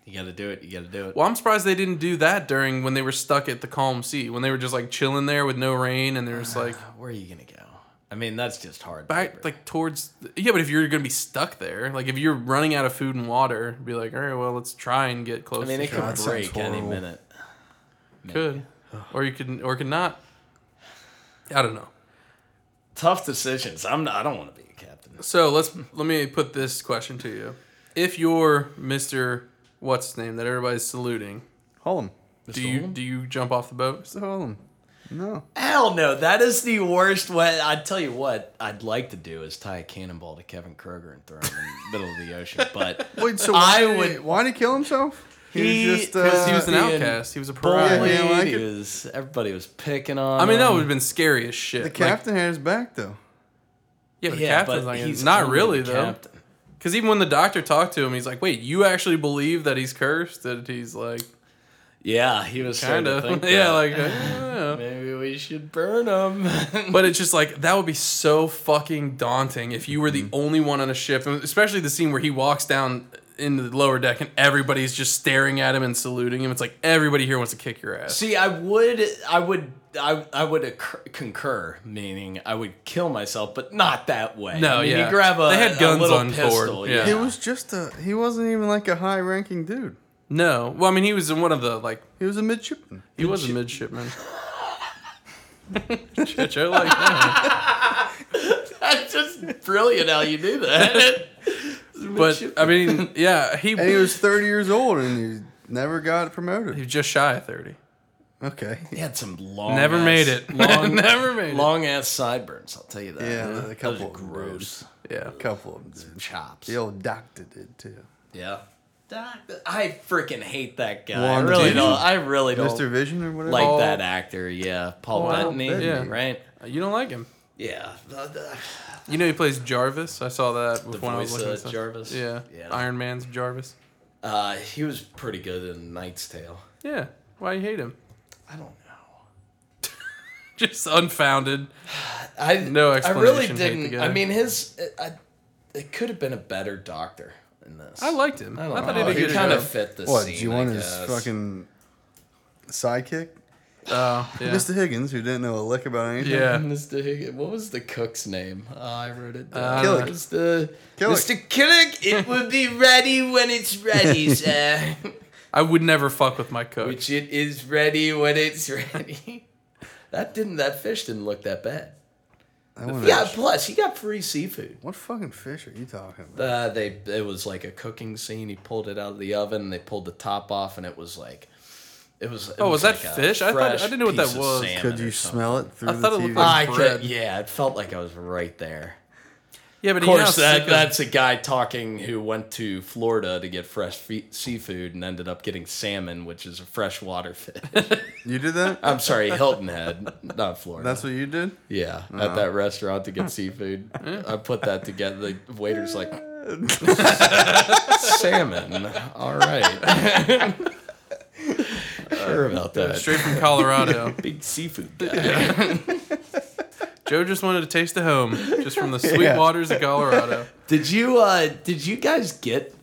B: You gotta do it. You gotta do it.
A: Well, I'm surprised they didn't do that during when they were stuck at the calm sea, when they were just like chilling there with no rain, and they
B: [sighs]
A: were just like
B: Where are you gonna go? I mean, that's just hard. labor.
A: back like towards. Yeah, but if you're gonna be stuck there, like if you're running out of food and water, be like, all right, well, let's try and get close.
B: I mean,
A: to
B: it
A: shore."
B: could
C: sounds
B: break any
C: horrible.
B: minute.
A: could, or you could, or could not. I don't know.
B: Tough decisions. I'm not. I don't want to be a captain.
A: So let's let me put this question to you: If you're Mister What's his name that everybody's saluting,
C: Hullum.
A: do you
B: Holm?
A: do you jump off the boat?
C: It's the Hullum. No.
B: Hell no. That is the worst way. I tell you what. I'd like to do is tie a cannonball to Kevin Kroger and throw him in the middle of the ocean.
A: [laughs]
B: But
C: Wait, so why
B: I
C: did he,
B: would.
C: why did he kill himself?
B: He-
A: Because he was an
B: Uh, Ian
A: outcast. He was a
B: Bullied,
A: pariah.
C: yeah, I like
B: he
C: it.
B: was, everybody was picking on.
A: I mean, that
B: him.
A: would have been scary as shit.
C: the
A: Like,
C: captain had his back though.
A: yeah, but the
B: Yeah,
A: captain's
B: but
A: like,
B: he's
A: not
B: only
A: really
B: the
A: though.
B: captain.
A: Because even when the doctor talked to him, he's like, "Wait, you actually believe that he's cursed? That he's like,
B: Yeah, he was
A: kind
B: starting to think
A: of. [laughs] Yeah,
B: that. [laughs]
A: like. uh,
B: maybe we should burn
A: [laughs]
B: him.
A: But it's just like that would be so fucking daunting if you were the only one on a ship, and especially the scene where he walks down into the lower deck and everybody's just staring at him and saluting him. It's like everybody here wants to kick your ass.
B: See, I would, I would, I, I would occur, concur, meaning I would kill myself, but not that way.
A: No,
B: I mean,
A: yeah.
B: You grab a,
A: They had
B: a
A: guns
B: little
A: on board,
B: pistol.
A: yeah.
B: Yeah.
A: He
C: He was just a. He wasn't even like a high ranking dude.
A: No, well, I mean, he was in one of the like
C: He was a midshipman.
A: he was a midshipman. Shit, you're [laughs] like that.
B: [laughs] That's just brilliant how you do that.
A: [laughs] But I mean, yeah, he
C: And he
A: he
C: was 30 years old and he never got promoted.
A: was just shy of thirty.
C: Okay.
B: he had some long.
A: Never made
B: ass-
A: it.
B: [laughs]
A: [laughs]
B: Long,
A: Never made it.
B: Long ass sideburns. I'll tell you that.
C: Yeah,
B: Those
C: a
B: are
C: couple of them
B: gross
A: Yeah,
C: couple of them did.
B: chops.
C: The old doctor did too.
B: Yeah. Doc- I freaking hate that guy.
C: Juan
B: I really
C: Dini?
B: don't. I really don't
C: Mr. Vision or whatever.
B: like
A: Paul-
B: that actor. Yeah, Paul
C: Paul
B: Bettany.
C: Bettany.
A: Yeah.
B: Right.
A: you don't like him.
B: Yeah. The, the-
A: You know he plays Jarvis. I saw that
B: the
A: when I was
B: voice,
A: looking
B: uh,
A: at stuff.
B: Jarvis.
A: Yeah. Iron Man's Jarvis.
B: Uh, he was pretty good in Knight's Tale.
A: Yeah, why you hate him? [laughs]
B: I don't know.
A: Just unfounded.
B: I
A: No
B: I really
A: explanation, hate the
B: didn't.
A: guy.
B: I mean, his. I, it could have been a better doctor in this.
A: I liked him.
B: I
A: I,
B: don't
A: thought
B: know.
A: he
B: He
A: did a good
B: kind
A: job.
B: of fit the
C: What?
B: scene.
C: Do you want
B: I
C: his
A: [laughs]
B: guess.
C: fucking sidekick,
B: [laughs]
A: Oh, yeah.
C: Mr. Higgins, who didn't know a lick about anything?
A: yeah.
B: Mr. Higgins. What was the cook's name? Oh, I wrote it
A: Uh,
B: down.
C: Killick.
B: Mr.
C: Killick.
B: Mr. Killick, it will be ready when it's [laughs] ready, sir.
A: I would never fuck with my cook.
B: Which it is ready when it's ready. [laughs] That didn't. That fish didn't look that bad.
C: I wanna-
B: Yeah. Plus, he got free seafood.
C: What fucking fish are you talking about?
B: Uh, they it was like a cooking scene. He pulled it out of the oven. They pulled the top off, and it was like, it was. it
A: Oh, was that
B: like a
A: fish? I thought- I
B: fresh
A: didn't know what that
B: piece of
A: was.
B: salmon
C: Could
B: or
C: you
B: something.
C: smell it through
A: I thought
C: the
A: it looked
C: TV?
A: like-
B: I
A: bread?
B: could, yeah, it felt like I was right there.
A: yeah, but
B: Of
A: he now
B: course, that,
A: sick
B: that's a guy talking who went to Florida to get fresh fe- seafood and ended up getting salmon, which is a freshwater fish.
A: [laughs]
C: you did that?
B: I'm sorry, Hilton Head, not Florida.
C: That's what you did?
B: yeah, at that restaurant to get seafood. I put that together. The waiter's [laughs] like, salmon. All right. [laughs] sure about
A: [laughs]
B: that.
A: straight from
B: [laughs]
A: Colorado.
B: Big seafood guy.
A: Joe just wanted to taste the home, just from the sweet
C: Yeah.
A: waters of
B: [laughs]
A: Colorado.
B: [laughs] Did you uh did you guys get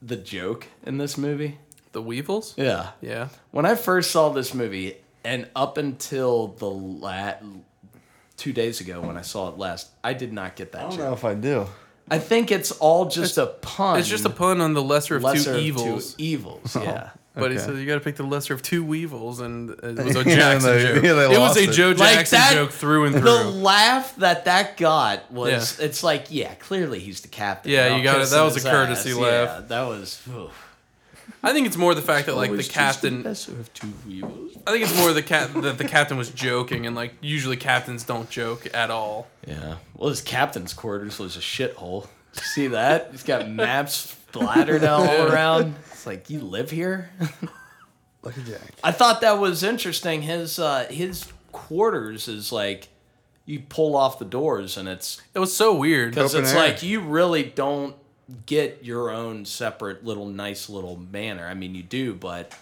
B: the joke in this movie?
A: The Weevils?
B: Yeah.
A: Yeah.
B: When I first saw this movie and up until the la- 2 days ago when I saw it last, I did not get that
C: I don't
B: joke.
C: know if I do.
B: I think it's all just a pun.
A: It's just a pun on the lesser of
B: lesser
A: two
B: of
A: evils.
B: two e- evils. Oh. Yeah.
A: But he
C: Okay.
A: said you got to pick the lesser of two weevils, and it was a
B: [laughs]
C: Yeah,
A: Jackson
C: they-
A: joke.
C: yeah, they
A: it was
C: lost
A: a
C: it.
A: Joe
B: Like
A: Jackson
B: that-
A: joke through and
B: the
A: through.
B: laugh that that got was it's like yeah clearly he's the captain
A: Yeah,
B: I'll
A: you got it.
B: kiss
A: That
B: him
A: was
B: his
A: a courtesy
B: ass.
A: laugh.
B: yeah, that was oof.
A: I think it's more the fact
B: Oh,
A: that like the captain.
B: of two evils
A: I think it's more the cat that the captain was joking, and like usually captains don't joke at all.
B: yeah well his captain's quarters was a shithole Did you see that he's got [laughs] maps splattered all around it's like you live here [laughs]
C: Lucky Jack.
B: I thought that was interesting his uh his quarters is like you pull off the doors and it's
A: It was so weird.
B: Because
C: Open
B: it's
C: air.
B: like you really don't get your own separate little nice little manor. I mean, you do, but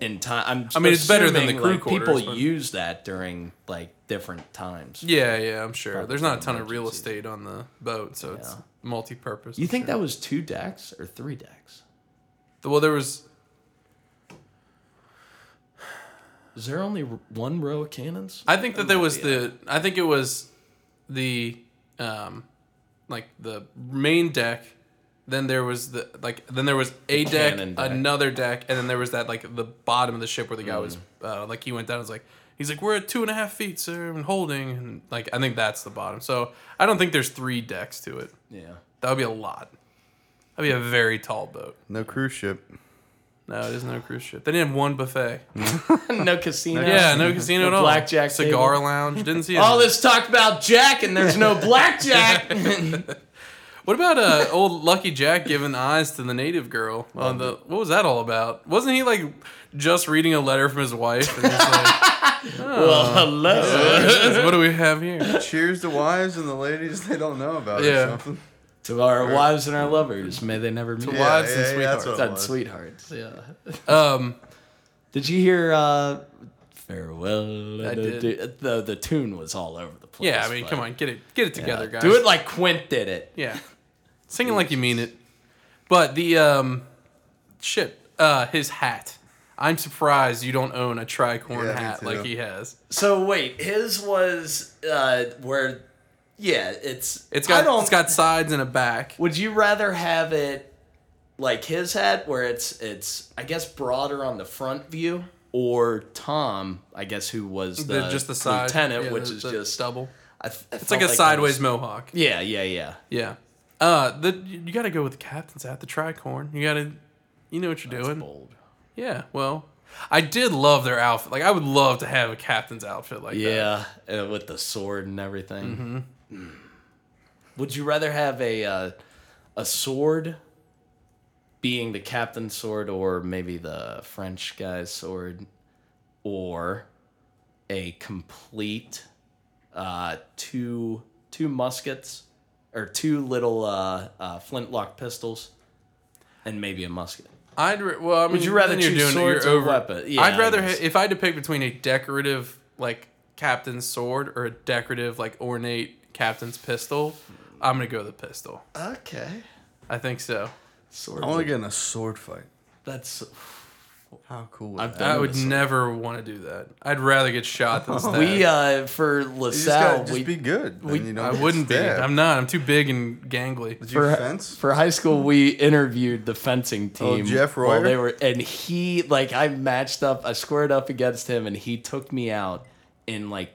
B: in time, I'm.
A: I mean, it's better than the
B: assuming,
A: crew
B: like,
A: quarters,
B: People
A: but-
B: use that during like different times.
A: Yeah, yeah, I'm sure. There's not a ton of real
B: emergencies.
A: estate on the boat, so it's
B: Yeah.
A: multi-purpose.
B: You
A: I'm
B: think
A: sure.
B: that was two decks or three decks?
A: Well, there was.
B: Is there only r- one row of cannons?
A: I think that there was
B: Oh, yeah.
A: the. I think it was, the, um, like the main deck. Then there was the like. Then there was a deck,
B: cannon deck.
A: another deck, and then there was that like the bottom of the ship where the guy was
B: Mm.
A: uh, like he went down. and was like he's like we're at two and a half feet, sir, and holding. And like I think that's the bottom. So I don't think there's three decks to it.
B: Yeah.
A: That would be a lot. That'd be a very tall boat.
C: No cruise ship.
A: No, it is no cruise ship. They didn't have one buffet.
B: [laughs] no casino.
A: Yeah,
B: [laughs]
A: no casino at all.
B: blackjack
A: cigar
B: table.
A: lounge. Didn't
B: [laughs]
A: see
B: All
A: it.
B: this talk about Jack and there's no
A: [laughs]
B: blackjack. [laughs]
A: What about uh, old Lucky Jack giving eyes to the native girl on the? What was that all about? Wasn't he like just reading a letter from his wife? And just
B: [laughs]
A: like,
B: well, hello.
A: what do we have here?
C: Cheers to wives and the ladies they don't know about
A: Yeah.
C: or something.
B: To our wives and our lovers, may they never meet.
A: [laughs] Wives and
C: that's
A: sweethearts.
C: what it
B: Done [laughs]
C: was.
B: sweethearts. Yeah.
A: Um,
B: Did Did you hear uh, "Farewell"?
A: I
B: the,
A: did.
B: The, the tune was all over the place.
A: Yeah, I mean,
B: but-
A: come on, get it, get it together,
B: Yeah.
A: guys.
B: Do it like Quint did it.
A: Yeah. Singing like you mean it. But the um shit, uh his hat. I'm surprised you don't own a tricorn
C: Yeah, me
A: hat
C: too.
A: like he has.
B: So wait, his was uh, where? Yeah, it's
A: It's
B: I
A: got
B: don't-
A: it's got sides and a back.
B: Would you rather have it like his hat, where it's it's I guess broader on the front view, or Tom, I guess who was the,
A: The- just the side
B: lieutenant,
A: yeah,
B: which
A: the-
B: is
A: the
B: just
A: double.
B: I th- I
A: It's like
B: felt
A: a
B: I
A: sideways
B: was-
A: mohawk.
B: yeah, yeah, yeah.
A: Yeah. Uh the you gotta go with the captain's hat, the tricorn. You gotta you know what you're doing.
B: Bold.
A: Yeah, well. I did love their outfit. Like I would love to have a captain's outfit like that.
B: Yeah, uh, with the sword and everything.
C: Mm-hmm.
B: Mm. Would you rather have a uh, a sword being the captain's sword, or maybe the French guy's sword, or a complete uh, two two muskets or two little uh, uh, flintlock pistols, and maybe a musket?
A: I'd re- well. I mean,
B: you rather
A: then you're
B: choose
A: doing it,
B: swords
A: you're
B: or
A: over.
B: weapon? Yeah,
A: I'd
B: I
A: rather ha-
B: guess.
A: if I had to pick between a decorative like captain's sword or a decorative like ornate captain's pistol, I'm gonna go with the pistol.
B: Okay,
A: I think so.
B: sword.
C: I want to get in a sword fight.
B: That's
C: How cool would
B: I've
C: that
B: done-
A: I
B: with
A: would
B: the sword. never
A: never want to do that. I'd rather get shot than stabbed.
B: [laughs] we uh for
C: You just
B: LaSalle.
C: gotta just
B: we,
C: be good. Then
B: we-
C: you don't
A: I
C: get
A: wouldn't be.
C: stabbed.
A: I'm not. I'm too big and gangly. [laughs]
C: Did you
B: for,
C: fence?
B: for high school we interviewed the fencing team
C: Oh, Jeff
B: while they
C: Royer?
B: were and he like i matched up i squared up against him and he took me out in like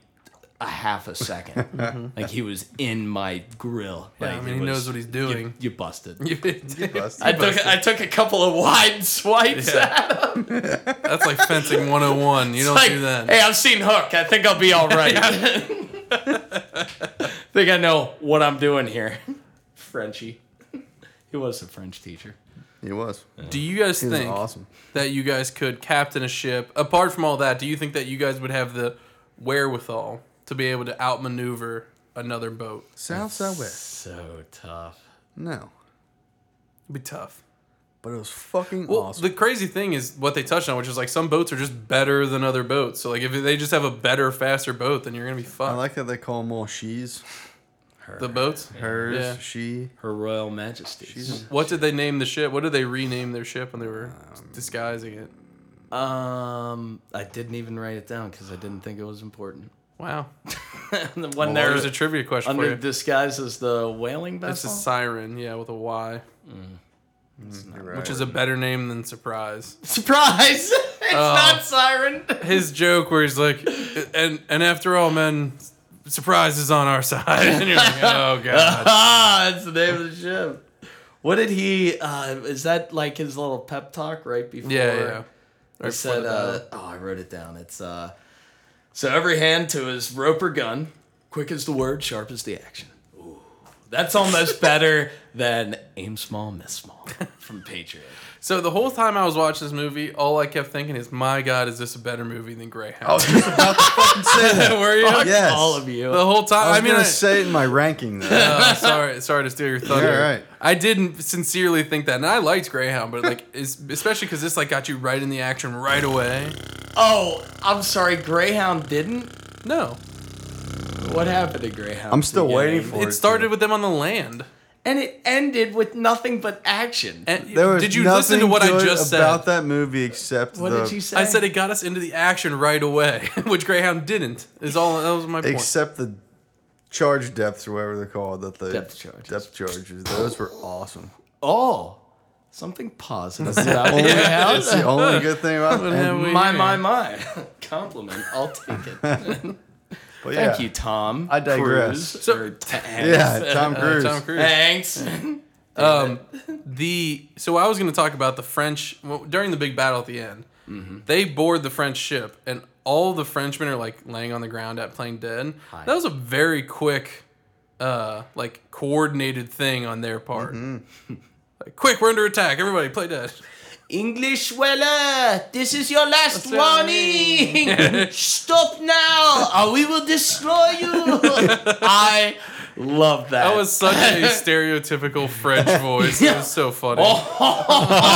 B: a half a
C: [laughs]
B: 2nd
C: Mm-hmm.
B: like he was in my grill like
A: I
B: it
A: mean, he
B: was-
A: knows what he's doing.
B: you busted
C: busted.
B: I took, I took a couple of wide [laughs] swipes
A: Yeah.
B: at him.
A: That's like fencing 101. You don't
B: Like,
A: do that.
B: Hey, I've seen Hook. I think I'll
A: [laughs]
B: be all right. [laughs] think I know what I'm doing here. [laughs] Frenchie. [laughs] He was a French teacher.
C: He was.
A: do you guys
C: He was
A: think
C: awesome.
A: that you guys could captain a ship. Apart from all that, do you think that you guys would have the wherewithal to be able to outmaneuver another boat?
C: South South West.
B: So tough.
C: No,
A: It'd be tough.
C: but it was fucking
A: Well,
C: awesome.
A: the crazy thing is what they touched on, which is like some boats are just better than other boats. So like if they just have a better, faster boat, then you're gonna be
C: I
A: fucked.
C: like that they call them all she's,
B: Her,
A: the boats.
C: hers,
A: Yeah.
C: she.
B: her Royal Majesty.
C: She's-
A: What did they name the ship? What did they rename their ship when they were disguising it?
B: um, I didn't even write it down because I didn't think it was important. [laughs]
A: Wow,
B: the one
A: there
B: there
A: was a trivia question for
B: under
A: you.
B: disguise as the whaling
A: It's a
B: vessel.
A: siren, yeah, with a Y,
C: You're right.
A: which is a better name than surprise.
B: [laughs] Surprise! [laughs] it's
A: not [laughs]
B: siren.
A: his joke where he's like, and and after all, men, surprise is on our [laughs] side. And you're like, oh
C: [laughs]
A: god.
B: ah, that's the name of the ship. What did he? Uh, is that like his little pep talk right before?
A: Yeah, yeah. Right
B: He
A: before
B: said,
A: the
B: uh,
A: battle.
B: "Oh, I wrote it down. It's uh, so every hand to his rope or gun, quick as the word, sharp as the action. Ooh, that's almost better than aim small, miss small from [laughs] Patriot.
A: so the whole time I was watching this movie, all I kept thinking is, my god, is this a better movie than Greyhound?
C: I was just about to fucking say that.
A: Were you?
B: Fuck
C: Oh, Yes.
B: all of
A: [laughs]
B: you.
A: The whole time. I,
C: I was
A: mean,
C: gonna
A: I,
C: say it in my ranking though.
A: uh, sorry, sorry to steal your thunder.
C: You're all right.
A: I didn't sincerely think that, and I liked Greyhound, but like, it's, especially because this like got you right in the action right away.
B: oh, I'm sorry, Greyhound didn't.
A: No,
B: What happened to Greyhound?
C: I'm still
B: today?
C: waiting for
A: it started with them on the land.
B: and it ended with nothing but action.
A: And
C: There was
A: did you listen to
C: nothing
A: what I
C: good
A: just said
C: about that movie except
B: what
C: the
B: did you say?
A: I said it got us into the action right away, [laughs] which Greyhound didn't. Is all that was my point.
C: except the charge depths or whatever they're called that the
B: Depth charges.
C: depth charges. Those were awesome.
B: Oh, something positive. about
C: [laughs]
B: [laughs]
C: Only-
B: Greyhound.
C: That's the only good
B: [laughs]
C: thing about it.
A: have
C: And-
A: we-
B: my,
A: Yeah.
B: my, my. [laughs] Compliment. I'll take it.
C: but yeah.
B: Thank you, Tom.
C: I digress.
B: Cruise,
A: So- [laughs]
B: or Tanks. [laughs]
C: Yeah, Tom
A: Uh,
C: Cruise.
A: Tom Cruise.
B: Thanks.
A: Um, the so I was going to talk about the French well, during the big battle at the end.
C: Mm-hmm.
A: They board the French ship, and all the Frenchmen are like laying on the ground at plain dead. That was a very quick, uh, like
C: Mm-hmm.
A: [laughs] coordinated thing on their part. like, quick, we're under attack! Everybody, play dead.
B: English Weller, this is your last
A: That's what I mean. [laughs]
B: warning. Stop now, or we will destroy
A: [laughs]
B: you. I love that.
A: That was such
C: [laughs]
A: a stereotypical French voice. It was so funny.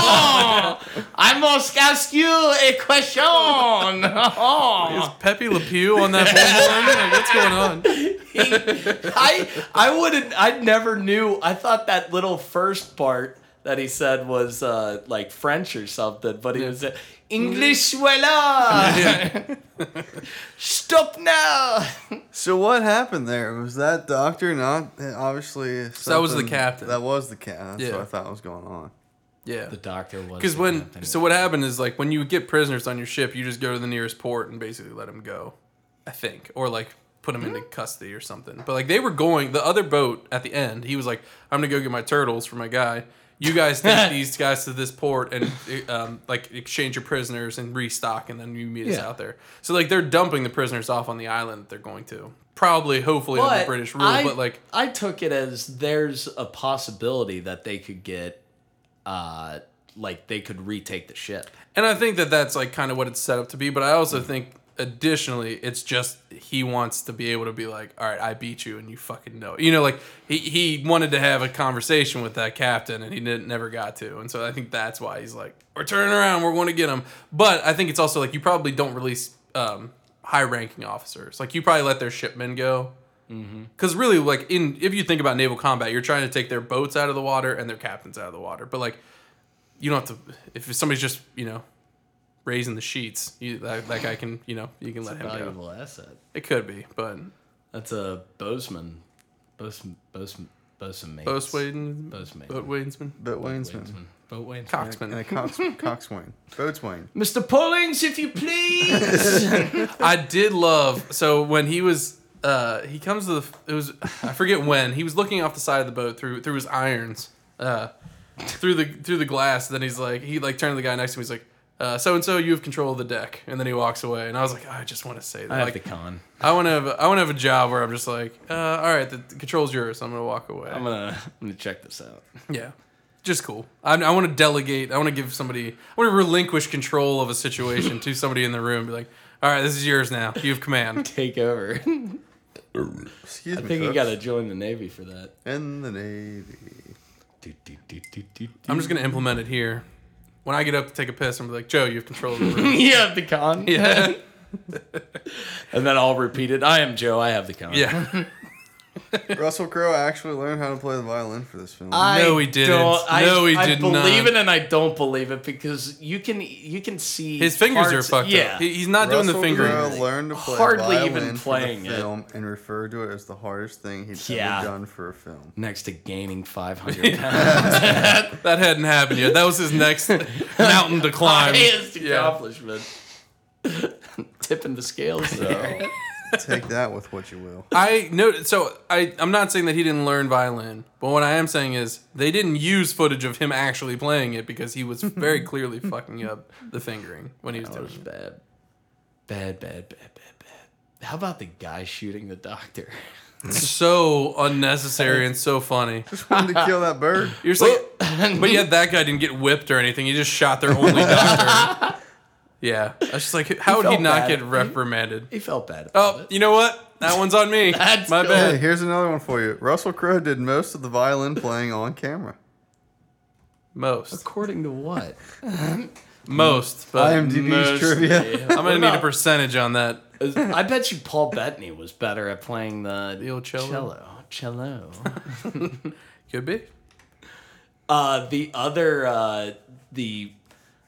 B: I must ask you a
A: [laughs]
B: question. Oh,
A: Is Pepe Le Pew on that bullhorn?
B: [laughs]
A: Like, what's going on?
B: I I wouldn't. I never knew. I thought that little first part that he said was uh, like French or something, but he was uh,
A: [laughs]
B: English. Voila! Stop now.
C: So what happened there? Was that doctor not eh, obviously?
A: that was the
C: something-
A: captain.
C: That was the captain. That's
A: Yeah.
C: what I thought was going on.
A: Yeah.
B: doctor was
A: Because when [laughs] so what happened is like when you get prisoners on your ship, you just go to the nearest port and basically let them go, I think, or like put them
B: Mm-hmm.
A: into custody or something. But like they were going the other boat at the end. He was like, "I'm gonna go get my turtles for my guy. You guys
B: [laughs]
A: take these guys to this port and um, like exchange your prisoners and restock, and then you meet us
B: Yeah.
A: out there." So like they're dumping the prisoners off on the island that they're going to, probably hopefully under British rule,
B: I,
A: but like
B: I took it as there's a possibility that they could get, uh, like they could retake the ship.
A: And I think that that's like kind of what it's set up to be. But I also think additionally, it's just he wants to be able to be like, all right, I beat you, and you fucking know. it." You know, like he he wanted to have a conversation with that captain, and he didn't never got to. And so I think that's why he's like, we're turning around, we're going to get him. But I think it's also like you probably don't release um, high ranking officers. Like you probably let their shipmen go. Because really, like in if you think about naval combat, you're trying to take their boats out of the water and their captains out of the water. But like, you don't have to. If somebody's just you know raising the sheets, you that, that guy can you know you can let him go.
B: Valuable asset.
A: It could be, but
B: That's a bozeman, bozeman, bozeman, bozeman.
A: boatswain,
B: Bozeman.
A: boatwainsman,
C: But Wayne'sman
B: Boatwain.
C: and
A: coxman. [laughs]
C: a cox, coxswain, boatswain.
B: Mr. Pullings, if you please.
A: I did love so when he was uh he comes to the it was I forget when he was looking off the side of the boat through through his irons uh through the through the glass and then he's like he like turned to the guy next to him he's like uh so and so you have control of the deck and then he walks away and I was like "Oh, I just want to say that
B: [laughs] I have
A: like
B: the con.
A: I want to have I want to have a job where I'm just like uh all right the, the control's yours I'm gonna walk away
B: I'm gonna I'm gonna check this out.
A: yeah. Just cool. I, I want to delegate. I want to give somebody. I want to relinquish control of a situation to somebody in the room. Be like, all right, this is yours now. You have command.
B: Take over. [laughs] I
C: Excuse me.
B: think you
C: folks.
B: gotta join the navy for that.
C: in the navy.
A: I'm just gonna implement it here. When I get up to take a piss, I'm like, Joe, you have control of the room.
B: [laughs] you have the con.
A: Yeah.
B: And then I'll repeat it. I am Joe. I have the con.
A: Yeah.
C: Russell Crowe actually learned how to play the violin for this film.
B: I
A: No, he didn't.
B: don't- I,
A: No, he
B: I
A: did
B: believe
A: not.
B: it and I don't believe it because you can you can see
A: His fingers
B: parts-
A: are fucked
B: yeah.
A: up. He, he's not doing the
C: Russell
A: fingering.
C: Crowe learned to play
B: Hardly
C: violin
B: even playing
C: for
B: it.
C: the film and referred to it as the hardest thing he'd
B: Yeah.
C: ever done for
B: [laughs]
C: a film.
B: Next to gaining 500
A: [laughs]
B: pounds.
A: That hadn't happened yet. That was his
B: [laughs]
A: next mountain to climb.
B: highest
A: Yeah.
B: accomplishment. [laughs] Tipping the scales though.
C: Take that with what you will.
A: I know. So I, I'm not saying that he didn't learn violin, but what I am saying is they didn't use footage of him actually playing it because he was
B: [laughs]
A: very clearly fucking up the fingering when he was
B: That
A: doing
B: was
A: it.
B: bad. Bad, bad, bad, bad, bad. How about the guy shooting the doctor? [laughs]
A: so unnecessary and so funny.
C: Just wanted to kill
B: [laughs]
C: that bird.
A: You're just like, but yeah, that guy didn't get whipped or anything. He just shot their [laughs] only doctor. yeah, I was just like, how would he
B: felt
A: not
B: bad.
A: get reprimanded?
B: He felt bad. About
A: Oh,
B: it.
A: you know what? That one's on [laughs] me.
B: That's
A: my
B: cool.
C: Hey,
A: bad.
C: here's another one for you. Russell Crowe did most of the violin playing on camera.
A: Most,
B: According to what?
A: [laughs] most, but
C: IMDb's
A: most-
C: trivia.
A: I'm gonna need a [laughs]
B: About-
A: percentage on that.
B: I bet you Paul Bettany was better at playing the,
A: old cello?
B: Cello. cello.
A: Could be.
B: uh, the other, uh, the,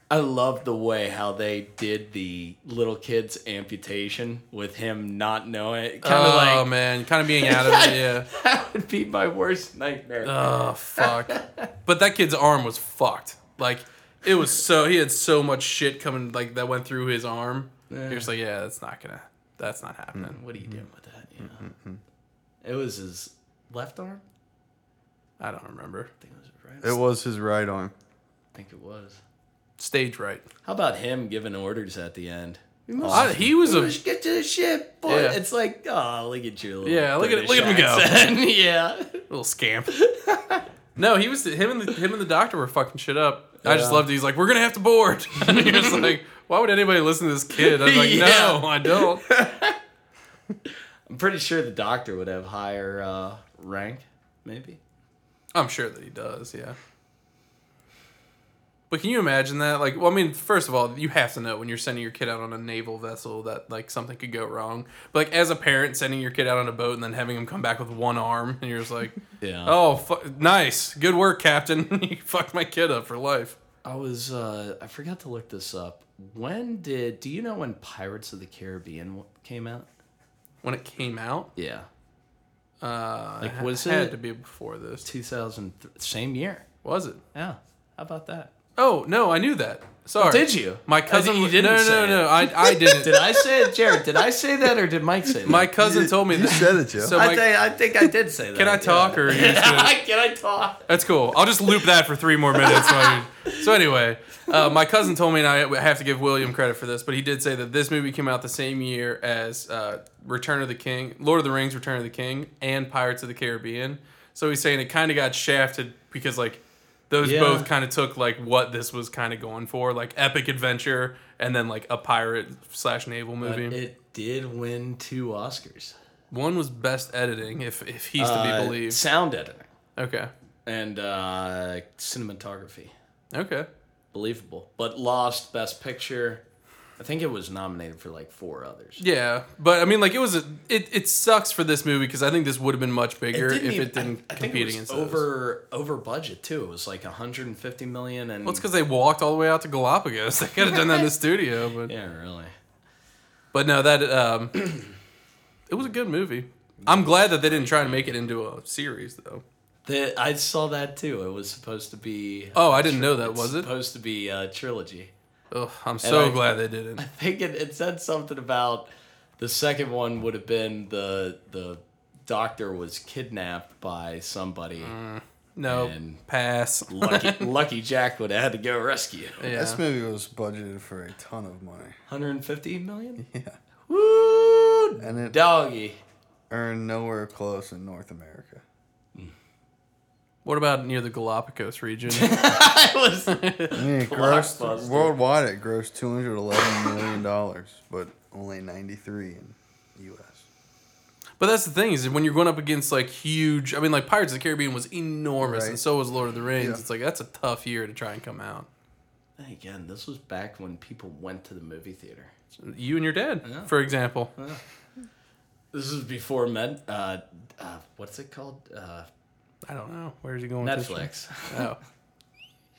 B: I love the way how they did the little kid's amputation with him not knowing. Kind of
A: oh
B: like,
A: man, kind of being out of [laughs] it. Yeah.
B: [laughs] that would be my worst nightmare.
A: Oh [laughs] fuck. but that kid's arm was fucked. Like it was so he had so much shit coming like that went through his arm. You're just like, yeah, that's not gonna that's not happening.
B: What are you doing with that? You know?
A: mm-hmm.
B: It was his left arm.
A: I don't remember.
B: I think it was his right.
C: It was his right arm.
B: I think it was.
A: Stage right.
B: How about him giving orders at the end? We must,
A: I- he was
B: we
A: a
B: must get to the ship, boy.
A: Yeah.
B: It's like, oh, look at you, little
A: Yeah, look at- [laughs]
B: British [laughs]
A: look at him go.
B: accent. yeah,
A: little scamp. No, he was him and the, him and the doctor were fucking shit up. I just
B: Yeah.
A: loved. It. He's like, we're gonna have to board. [laughs] And he was like, why would anybody listen to this kid? I was like,
B: [laughs] Yeah.
A: no, I don't.
B: I'm pretty sure the doctor would have higher uh, rank, maybe.
A: I'm sure that he does. Yeah. But can you imagine that? Like, well, I mean, first of all, you have to know when you're sending your kid out on a naval vessel that like something could go wrong. But like, as a parent, sending your kid out on a boat and then having him come back with one arm, and you're just like,
B: [laughs] Yeah.
A: oh, fu- nice, good work, Captain. [laughs] you fucked my kid up for life.
B: I was uh, I forgot to look this up. When did do you know when Pirates of the Caribbean w- came out?
A: When it came out,
B: Yeah,
A: uh,
B: Like,
A: it ha-
B: was
A: had
B: it-
A: to be before this.
B: 2003, same year.
A: Was it?
B: Yeah, how about that?
A: Oh no, I knew that. Sorry.
B: did you?
A: My
B: I
A: cousin.
B: didn't- you
A: was-
B: didn't
A: no, no,
B: say
A: no, no.
B: it.
A: I, I didn't.
B: [laughs] Did I say it, Jared? Did I say that or did Mike say that?
A: My cousin told me
C: You
A: that.
C: said it, Joe.
A: So
B: I
A: my,
B: think I think I did say that.
A: can I talk
B: [laughs]
A: or? Are you just gonna-
B: can I talk?
A: That's cool. I'll just loop that for three more minutes. while
B: [laughs]
A: you- so anyway, uh, my cousin told me, and I have to give William credit for this, but he did say that this movie came out the same year as uh, Return of the King, Lord of the Rings, Return of the King, and Pirates of the Caribbean. So he's saying it kind of got shafted because like those
B: Yeah.
A: both kind of took like what this was kind of going for, like epic adventure, and then like a pirate slash naval movie.
B: It did win two Oscars.
A: One was best editing, if if he's to
B: Uh,
A: be believed.
B: sound editing
A: Okay,
B: and uh, cinematography.
A: okay.
B: believable. But lost Best Picture. I think it was nominated for like four others.
A: Yeah, but I mean, like it was a, it. It sucks for this movie because I think this would have been much bigger if it didn't compete against those.
B: over over budget too. It was like 150 million and
A: Well, it's because they walked all the way out to Galapagos. [laughs] They could have done that in the studio, but
B: yeah, really.
A: but no, that um, [clears throat] it was a good movie. I'm glad that they didn't try and make it into a series though.
B: The, I saw that too. It was supposed to be.
A: Oh, I didn't know that,
B: it's
A: was it?
B: supposed to be a trilogy?
A: Ugh, I'm so
B: I-
A: glad they didn't.
B: I think it, it said something about the second one would have been the the doctor was kidnapped by somebody.
A: No
B: And-
A: pass.
B: [laughs] Lucky, Lucky Jack would have had to go rescue.
A: [laughs] yeah.
C: This movie was budgeted for a ton of money.
B: 150 million?
C: Yeah.
B: Woo!
C: And it
B: Doggy. [laughs]
C: earned nowhere close in North America.
A: What about near the Galapagos region? [laughs]
B: I was.
C: I mean, it grossed,
B: Blockbuster.
C: worldwide, it grossed $211 million, dollars, but only 93 in U.S.
A: But that's the thing is when you're going up against like huge. I mean, like Pirates of the Caribbean was enormous,
C: Right.
A: and so was Lord of the Rings.
C: Yeah.
A: It's like that's a tough year to try and come out.
B: Then Again, this was back when people went to the movie theater.
A: You and your dad,
B: Yeah.
A: for example.
B: This is before men. Uh, uh, what's it called? Uh,
A: I don't know where's he going. with this
B: Netflix.
A: one?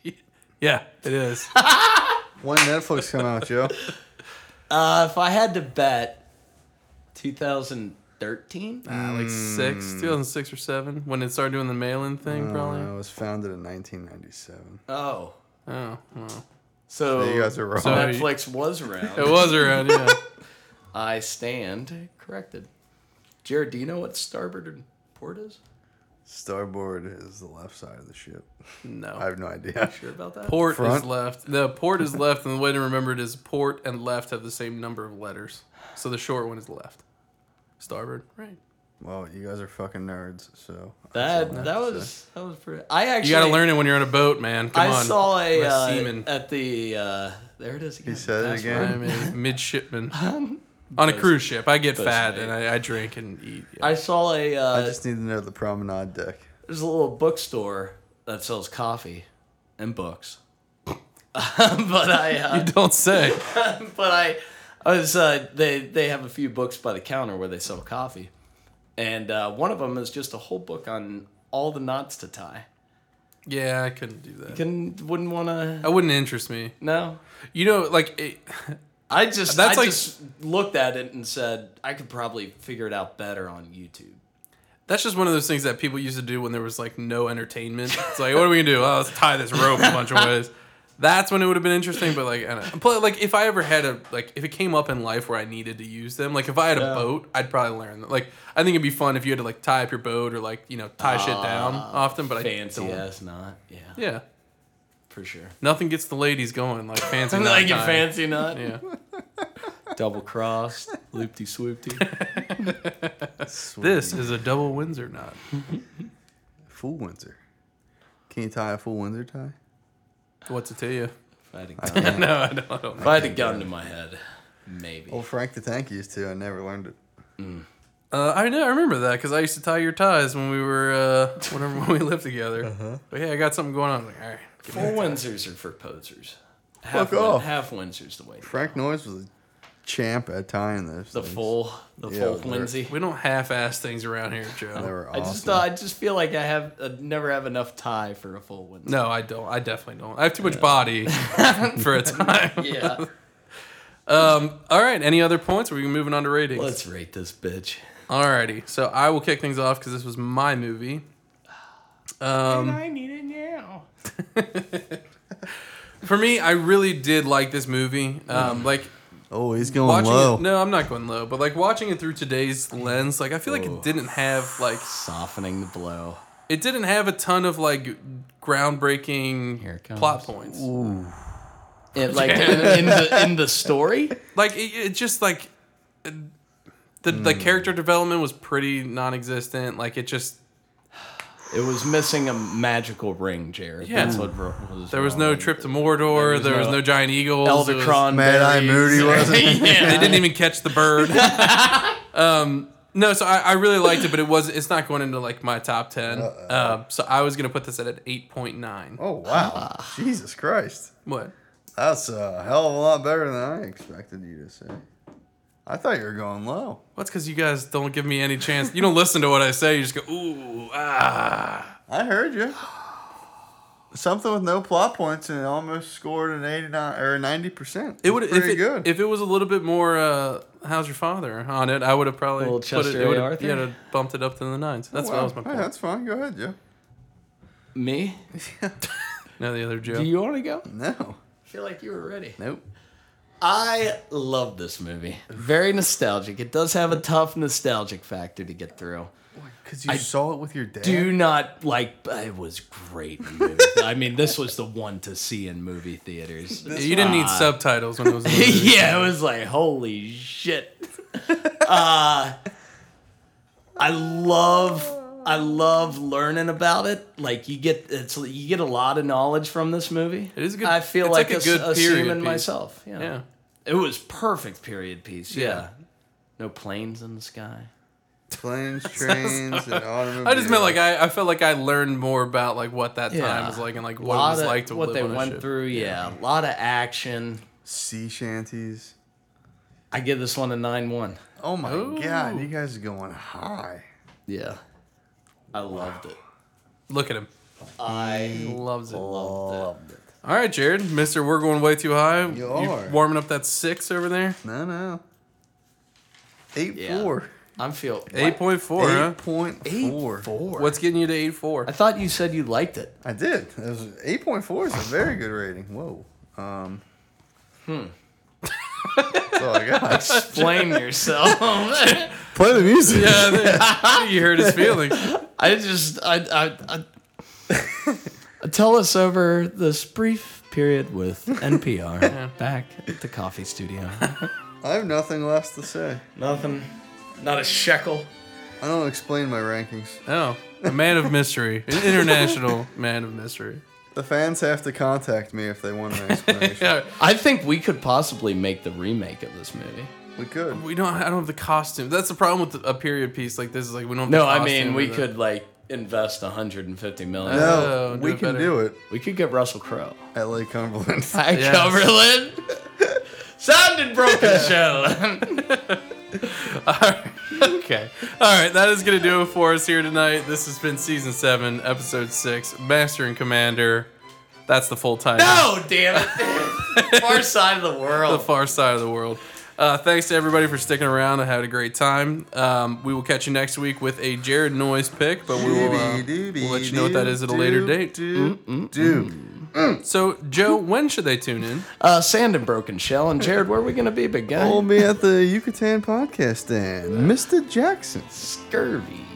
A: Oh, [laughs] yeah, it
B: [laughs]
A: is.
C: When Netflix come out, Joe?
B: Uh, if I had to bet, 2013.
A: Uh, like six, two thousand six or seven, when it started doing the mail-in thing, probably.
C: Hmm. Uh, it was founded in 1997.
B: Oh,
A: Oh, well.
B: so
C: you guys are wrong.
A: So-
B: Netflix [laughs] was
A: it
B: around.
A: was around.
C: [laughs]
A: Yeah,
B: I stand corrected. Jared, do you know what starboard and port is?
C: Starboard is the left side of the ship.
B: Oh.
C: I
A: no.
C: have no idea. [laughs]
B: Sure about that?
A: Port is
C: Front?
A: left. The port is left, and the way to remember it is port and left have the same number of letters. So the short one is left. Starboard, right.
C: Well, you guys are fucking nerds, so. that's all I
B: That
C: have
B: that
C: to say.
B: was that was pretty. I actually
A: You got to learn it when you're on a boat, man. Come
B: I
A: on.
B: saw
A: I'm
B: a, uh,
A: seaman.
B: at the uh, there it is again.
C: said it
B: That's
C: again.
B: right.
A: I'm
B: [laughs]
A: a midshipman on a cruise ship. I get fat
B: mate.
A: and I, I drink and eat. yeah.
B: I saw a
C: I
B: uh,
C: just need to know the promenade deck.
B: there's a little bookstore that sells coffee and books. [laughs] but I
A: [laughs] You
B: uh,
A: don't
B: [laughs]
A: say.
B: but I I was uh, they they have a few books by the counter where they sell coffee, and uh, one of them is just a whole book on all the knots to tie.
A: Yeah, I couldn't do that.
B: Can wouldn't want to
A: That wouldn't interest me.
B: no.
A: You know, like it,
B: I just
A: That's
B: I
A: like-
B: just looked at it and said I could probably figure it out better on YouTube.
A: that's just one of those things that people used to do when there was like no entertainment. It's like, what are we gonna do? Oh, let's tie this rope a bunch
B: [laughs]
A: of ways. That's when it would have been interesting. But like, I don't know. But, like if I ever had a like, if it came up in life where I needed to use them, like if I had a
B: Yeah.
A: boat, I'd probably learn. Like, I think it'd be fun if you had to like tie up your boat or like you know tie shit down often. But
B: Ah, fancy
A: I don't.
B: ass knot. Yeah,
A: Yeah.
B: for sure.
A: Nothing gets the ladies going [laughs] like fancy. knot
B: like a
A: tying.
B: fancy knot.
A: Yeah.
B: [laughs] Double crossed, loopty swoopty.
A: This is a double Windsor knot.
C: Full Windsor. Can you tie a full
B: [laughs]
C: Windsor tie? Uh,
A: What's it to you?
B: If I had a
C: I
B: gun,
C: don't know.
A: [laughs] No, I don't. I don't
B: if I had a gun to my head, maybe.
C: Old Frank the Tank used to. I never learned it.
A: Uh, I know. I remember that because I used to tie your ties when we were uh, whenever [laughs] when we lived together. But yeah, I got something going on. I was like, all right, give me
B: Full Windsors are for posers. Half,
C: Fuck off.
B: half Windsors the way.
C: Frank Noyes was a champ at tying those.
B: The
C: things.
B: full, the
C: Yeah,
B: full
C: they're-
B: Windsy.
A: We don't half-ass things around here,
C: They
A: Joe.
C: were
B: I
C: awesome.
B: just, uh, I just feel like I have uh, never have enough tie for a full Windsor.
A: No, I don't. I definitely don't. I have too much body for a time.
B: [laughs] Yeah.
A: Um. All right. Any other points? Or we moving on to ratings.
B: Let's rate this bitch.
A: Alrighty. So I will kick things off because this was my movie. Um.
B: I need it now.
A: For me, I really did like this movie. Um. Like
C: oh, he's going
A: watching.
C: low.
A: It, no, I'm not going low, but like watching it through today's lens, like I feel like it didn't have like
B: Softening the blow.
A: it didn't have a ton of like groundbreaking
B: Here it comes.
A: plot points.
B: It, like in, in the in the story.
A: Like it, it just like it- the
C: Mm.
A: the character development was pretty non-existent. Like it just
B: It was missing a magical ring, Jared.
A: Yeah.
B: That's what ro- was
A: there was no
B: wrong.
A: trip to Mordor. There was, no, giant eagles. it was-
B: Eldercron.
C: Mad Eye
B: berries.
C: Moody was
A: [laughs]
B: [laughs]
C: it?
A: they didn't even catch the
C: [laughs]
A: bird. um, no, so I, I really liked it, but it was it's not going into like my top ten. Uh, so I was gonna put this at an eight point nine.
C: Oh wow,
B: Ah.
C: Jesus Christ,
A: What?
C: that's a hell of a lot better than I expected you to say. I thought you were going low.
A: Well, it's because you guys don't give me any chance. You don't listen to what I say. You just go ooh ah.
C: I heard you. [sighs] Something with no plot points and it almost scored an eighty-nine or ninety percent.
A: It would if
C: pretty
A: it,
C: good.
A: if it was a little bit more. Uh, How's your father on it? I would have probably
B: Little Chester
A: it.
B: A.
A: It would have
B: Arthur?
A: yeah, it'd have bumped it up to the nines. That's
C: Oh, Wow.
A: what that was my
C: Hey,
A: point.
C: that's fine. Go ahead, Joe.
A: [laughs]
C: [laughs]
B: Me?
A: No, the other joke.
B: Do you want to go?
C: No,
B: I feel like you were ready.
C: nope.
B: I love this movie. Very nostalgic. It does have a tough nostalgic factor to get through.
C: Because you saw it with your dad.
B: Do not like. It was great. Movie. I mean, this was the one to see in movie [laughs] theaters.
A: you didn't need subtitles when it
B: [laughs]
A: was. in the movie.
B: yeah, it was like holy shit. uh, I love I love learning about it. Like you get it's you get a lot of knowledge from this movie.
A: It is a good-
B: I feel
A: it's
B: like,
A: like a
B: a,
A: good
B: s- a
A: period
B: seaman
A: piece.
B: myself. Yeah.
A: yeah.
B: it was perfect period piece. Yeah.
A: Yeah.
B: no planes in the sky.
A: [laughs]
C: planes, trains, and automobiles.
A: I just meant like I, I felt like I learned more about like what that time
B: Yeah.
A: was like and like what it
B: Lot
A: was
B: of,
A: like to
B: what
A: live
B: they
A: on a
B: went
A: ship.
B: through. Yeah. a lot of action.
C: sea shanties.
B: I give this one a nine one.
C: Oh my
A: Ooh.
C: god, you guys are going high.
B: Yeah, I loved it.
A: Look at him,
B: I
A: loves it.
B: loved it.
C: it.
A: All right, Jared, Mister, we're going way too high. You,
C: are.
A: warming up that six over there.
C: No, no. Eight
B: Yeah.
C: four.
B: I'm feel
A: Eight point four. Huh?
C: Eight point four.
A: What's getting you to eight four?
B: I thought you said you liked it.
C: I did. It was eight point four is a very good rating. Whoa. Um. Hmm. That's all I got.
B: [laughs] Explain [laughs] yourself.
C: [laughs] Play the music.
A: [laughs]
B: [laughs]
A: Yeah, you heard his feelings.
B: I just I I, I [laughs] tell us over this brief period with [laughs] NPR back at the coffee studio.
C: I have nothing less to say.
B: [laughs] Nothing. Not a shekel.
C: I don't explain my rankings.
A: Oh, a man of mystery, an international man of mystery.
C: The fans have to contact me if they want an explanation.
A: [laughs] Yeah,
B: I think we could possibly make the remake of this movie.
C: We could.
A: we don't. I don't have the costume. That's the problem with a period piece like this. Is like we don't. Have
B: No,
A: the
B: I
A: costume
B: mean
A: or
B: we
A: the-
B: could like invest 150 million.
A: Uh,
C: No,
A: Oh, do
C: we
A: it
C: can
A: better.
C: do it
B: we could get Russell Crowe.
C: at
A: [laughs]
C: Lake Cumberland.
B: Hi,
A: Yes.
B: Cumberland. [laughs] Sounded broken shell. [laughs]
A: okay. All right, that is going to do it for us here tonight. This has been season 7, episode 6, Master and Commander. That's the full title.
B: No, damn it. Far side of the
A: The
B: world.
A: far side of the world. Uh, thanks to everybody for sticking around. I had a great time. Um, we will catch you next week with a Jared Noise pick, but we will uh, we'll let you know what that is at a later date.
C: Dude,
A: So, Joe, when should they tune in?
B: Uh, sand and broken shell. And Jared, where are we going to be, big guy?
C: hold me at the Yucatan podcast stand, Mr. Jackson.
B: scurvy.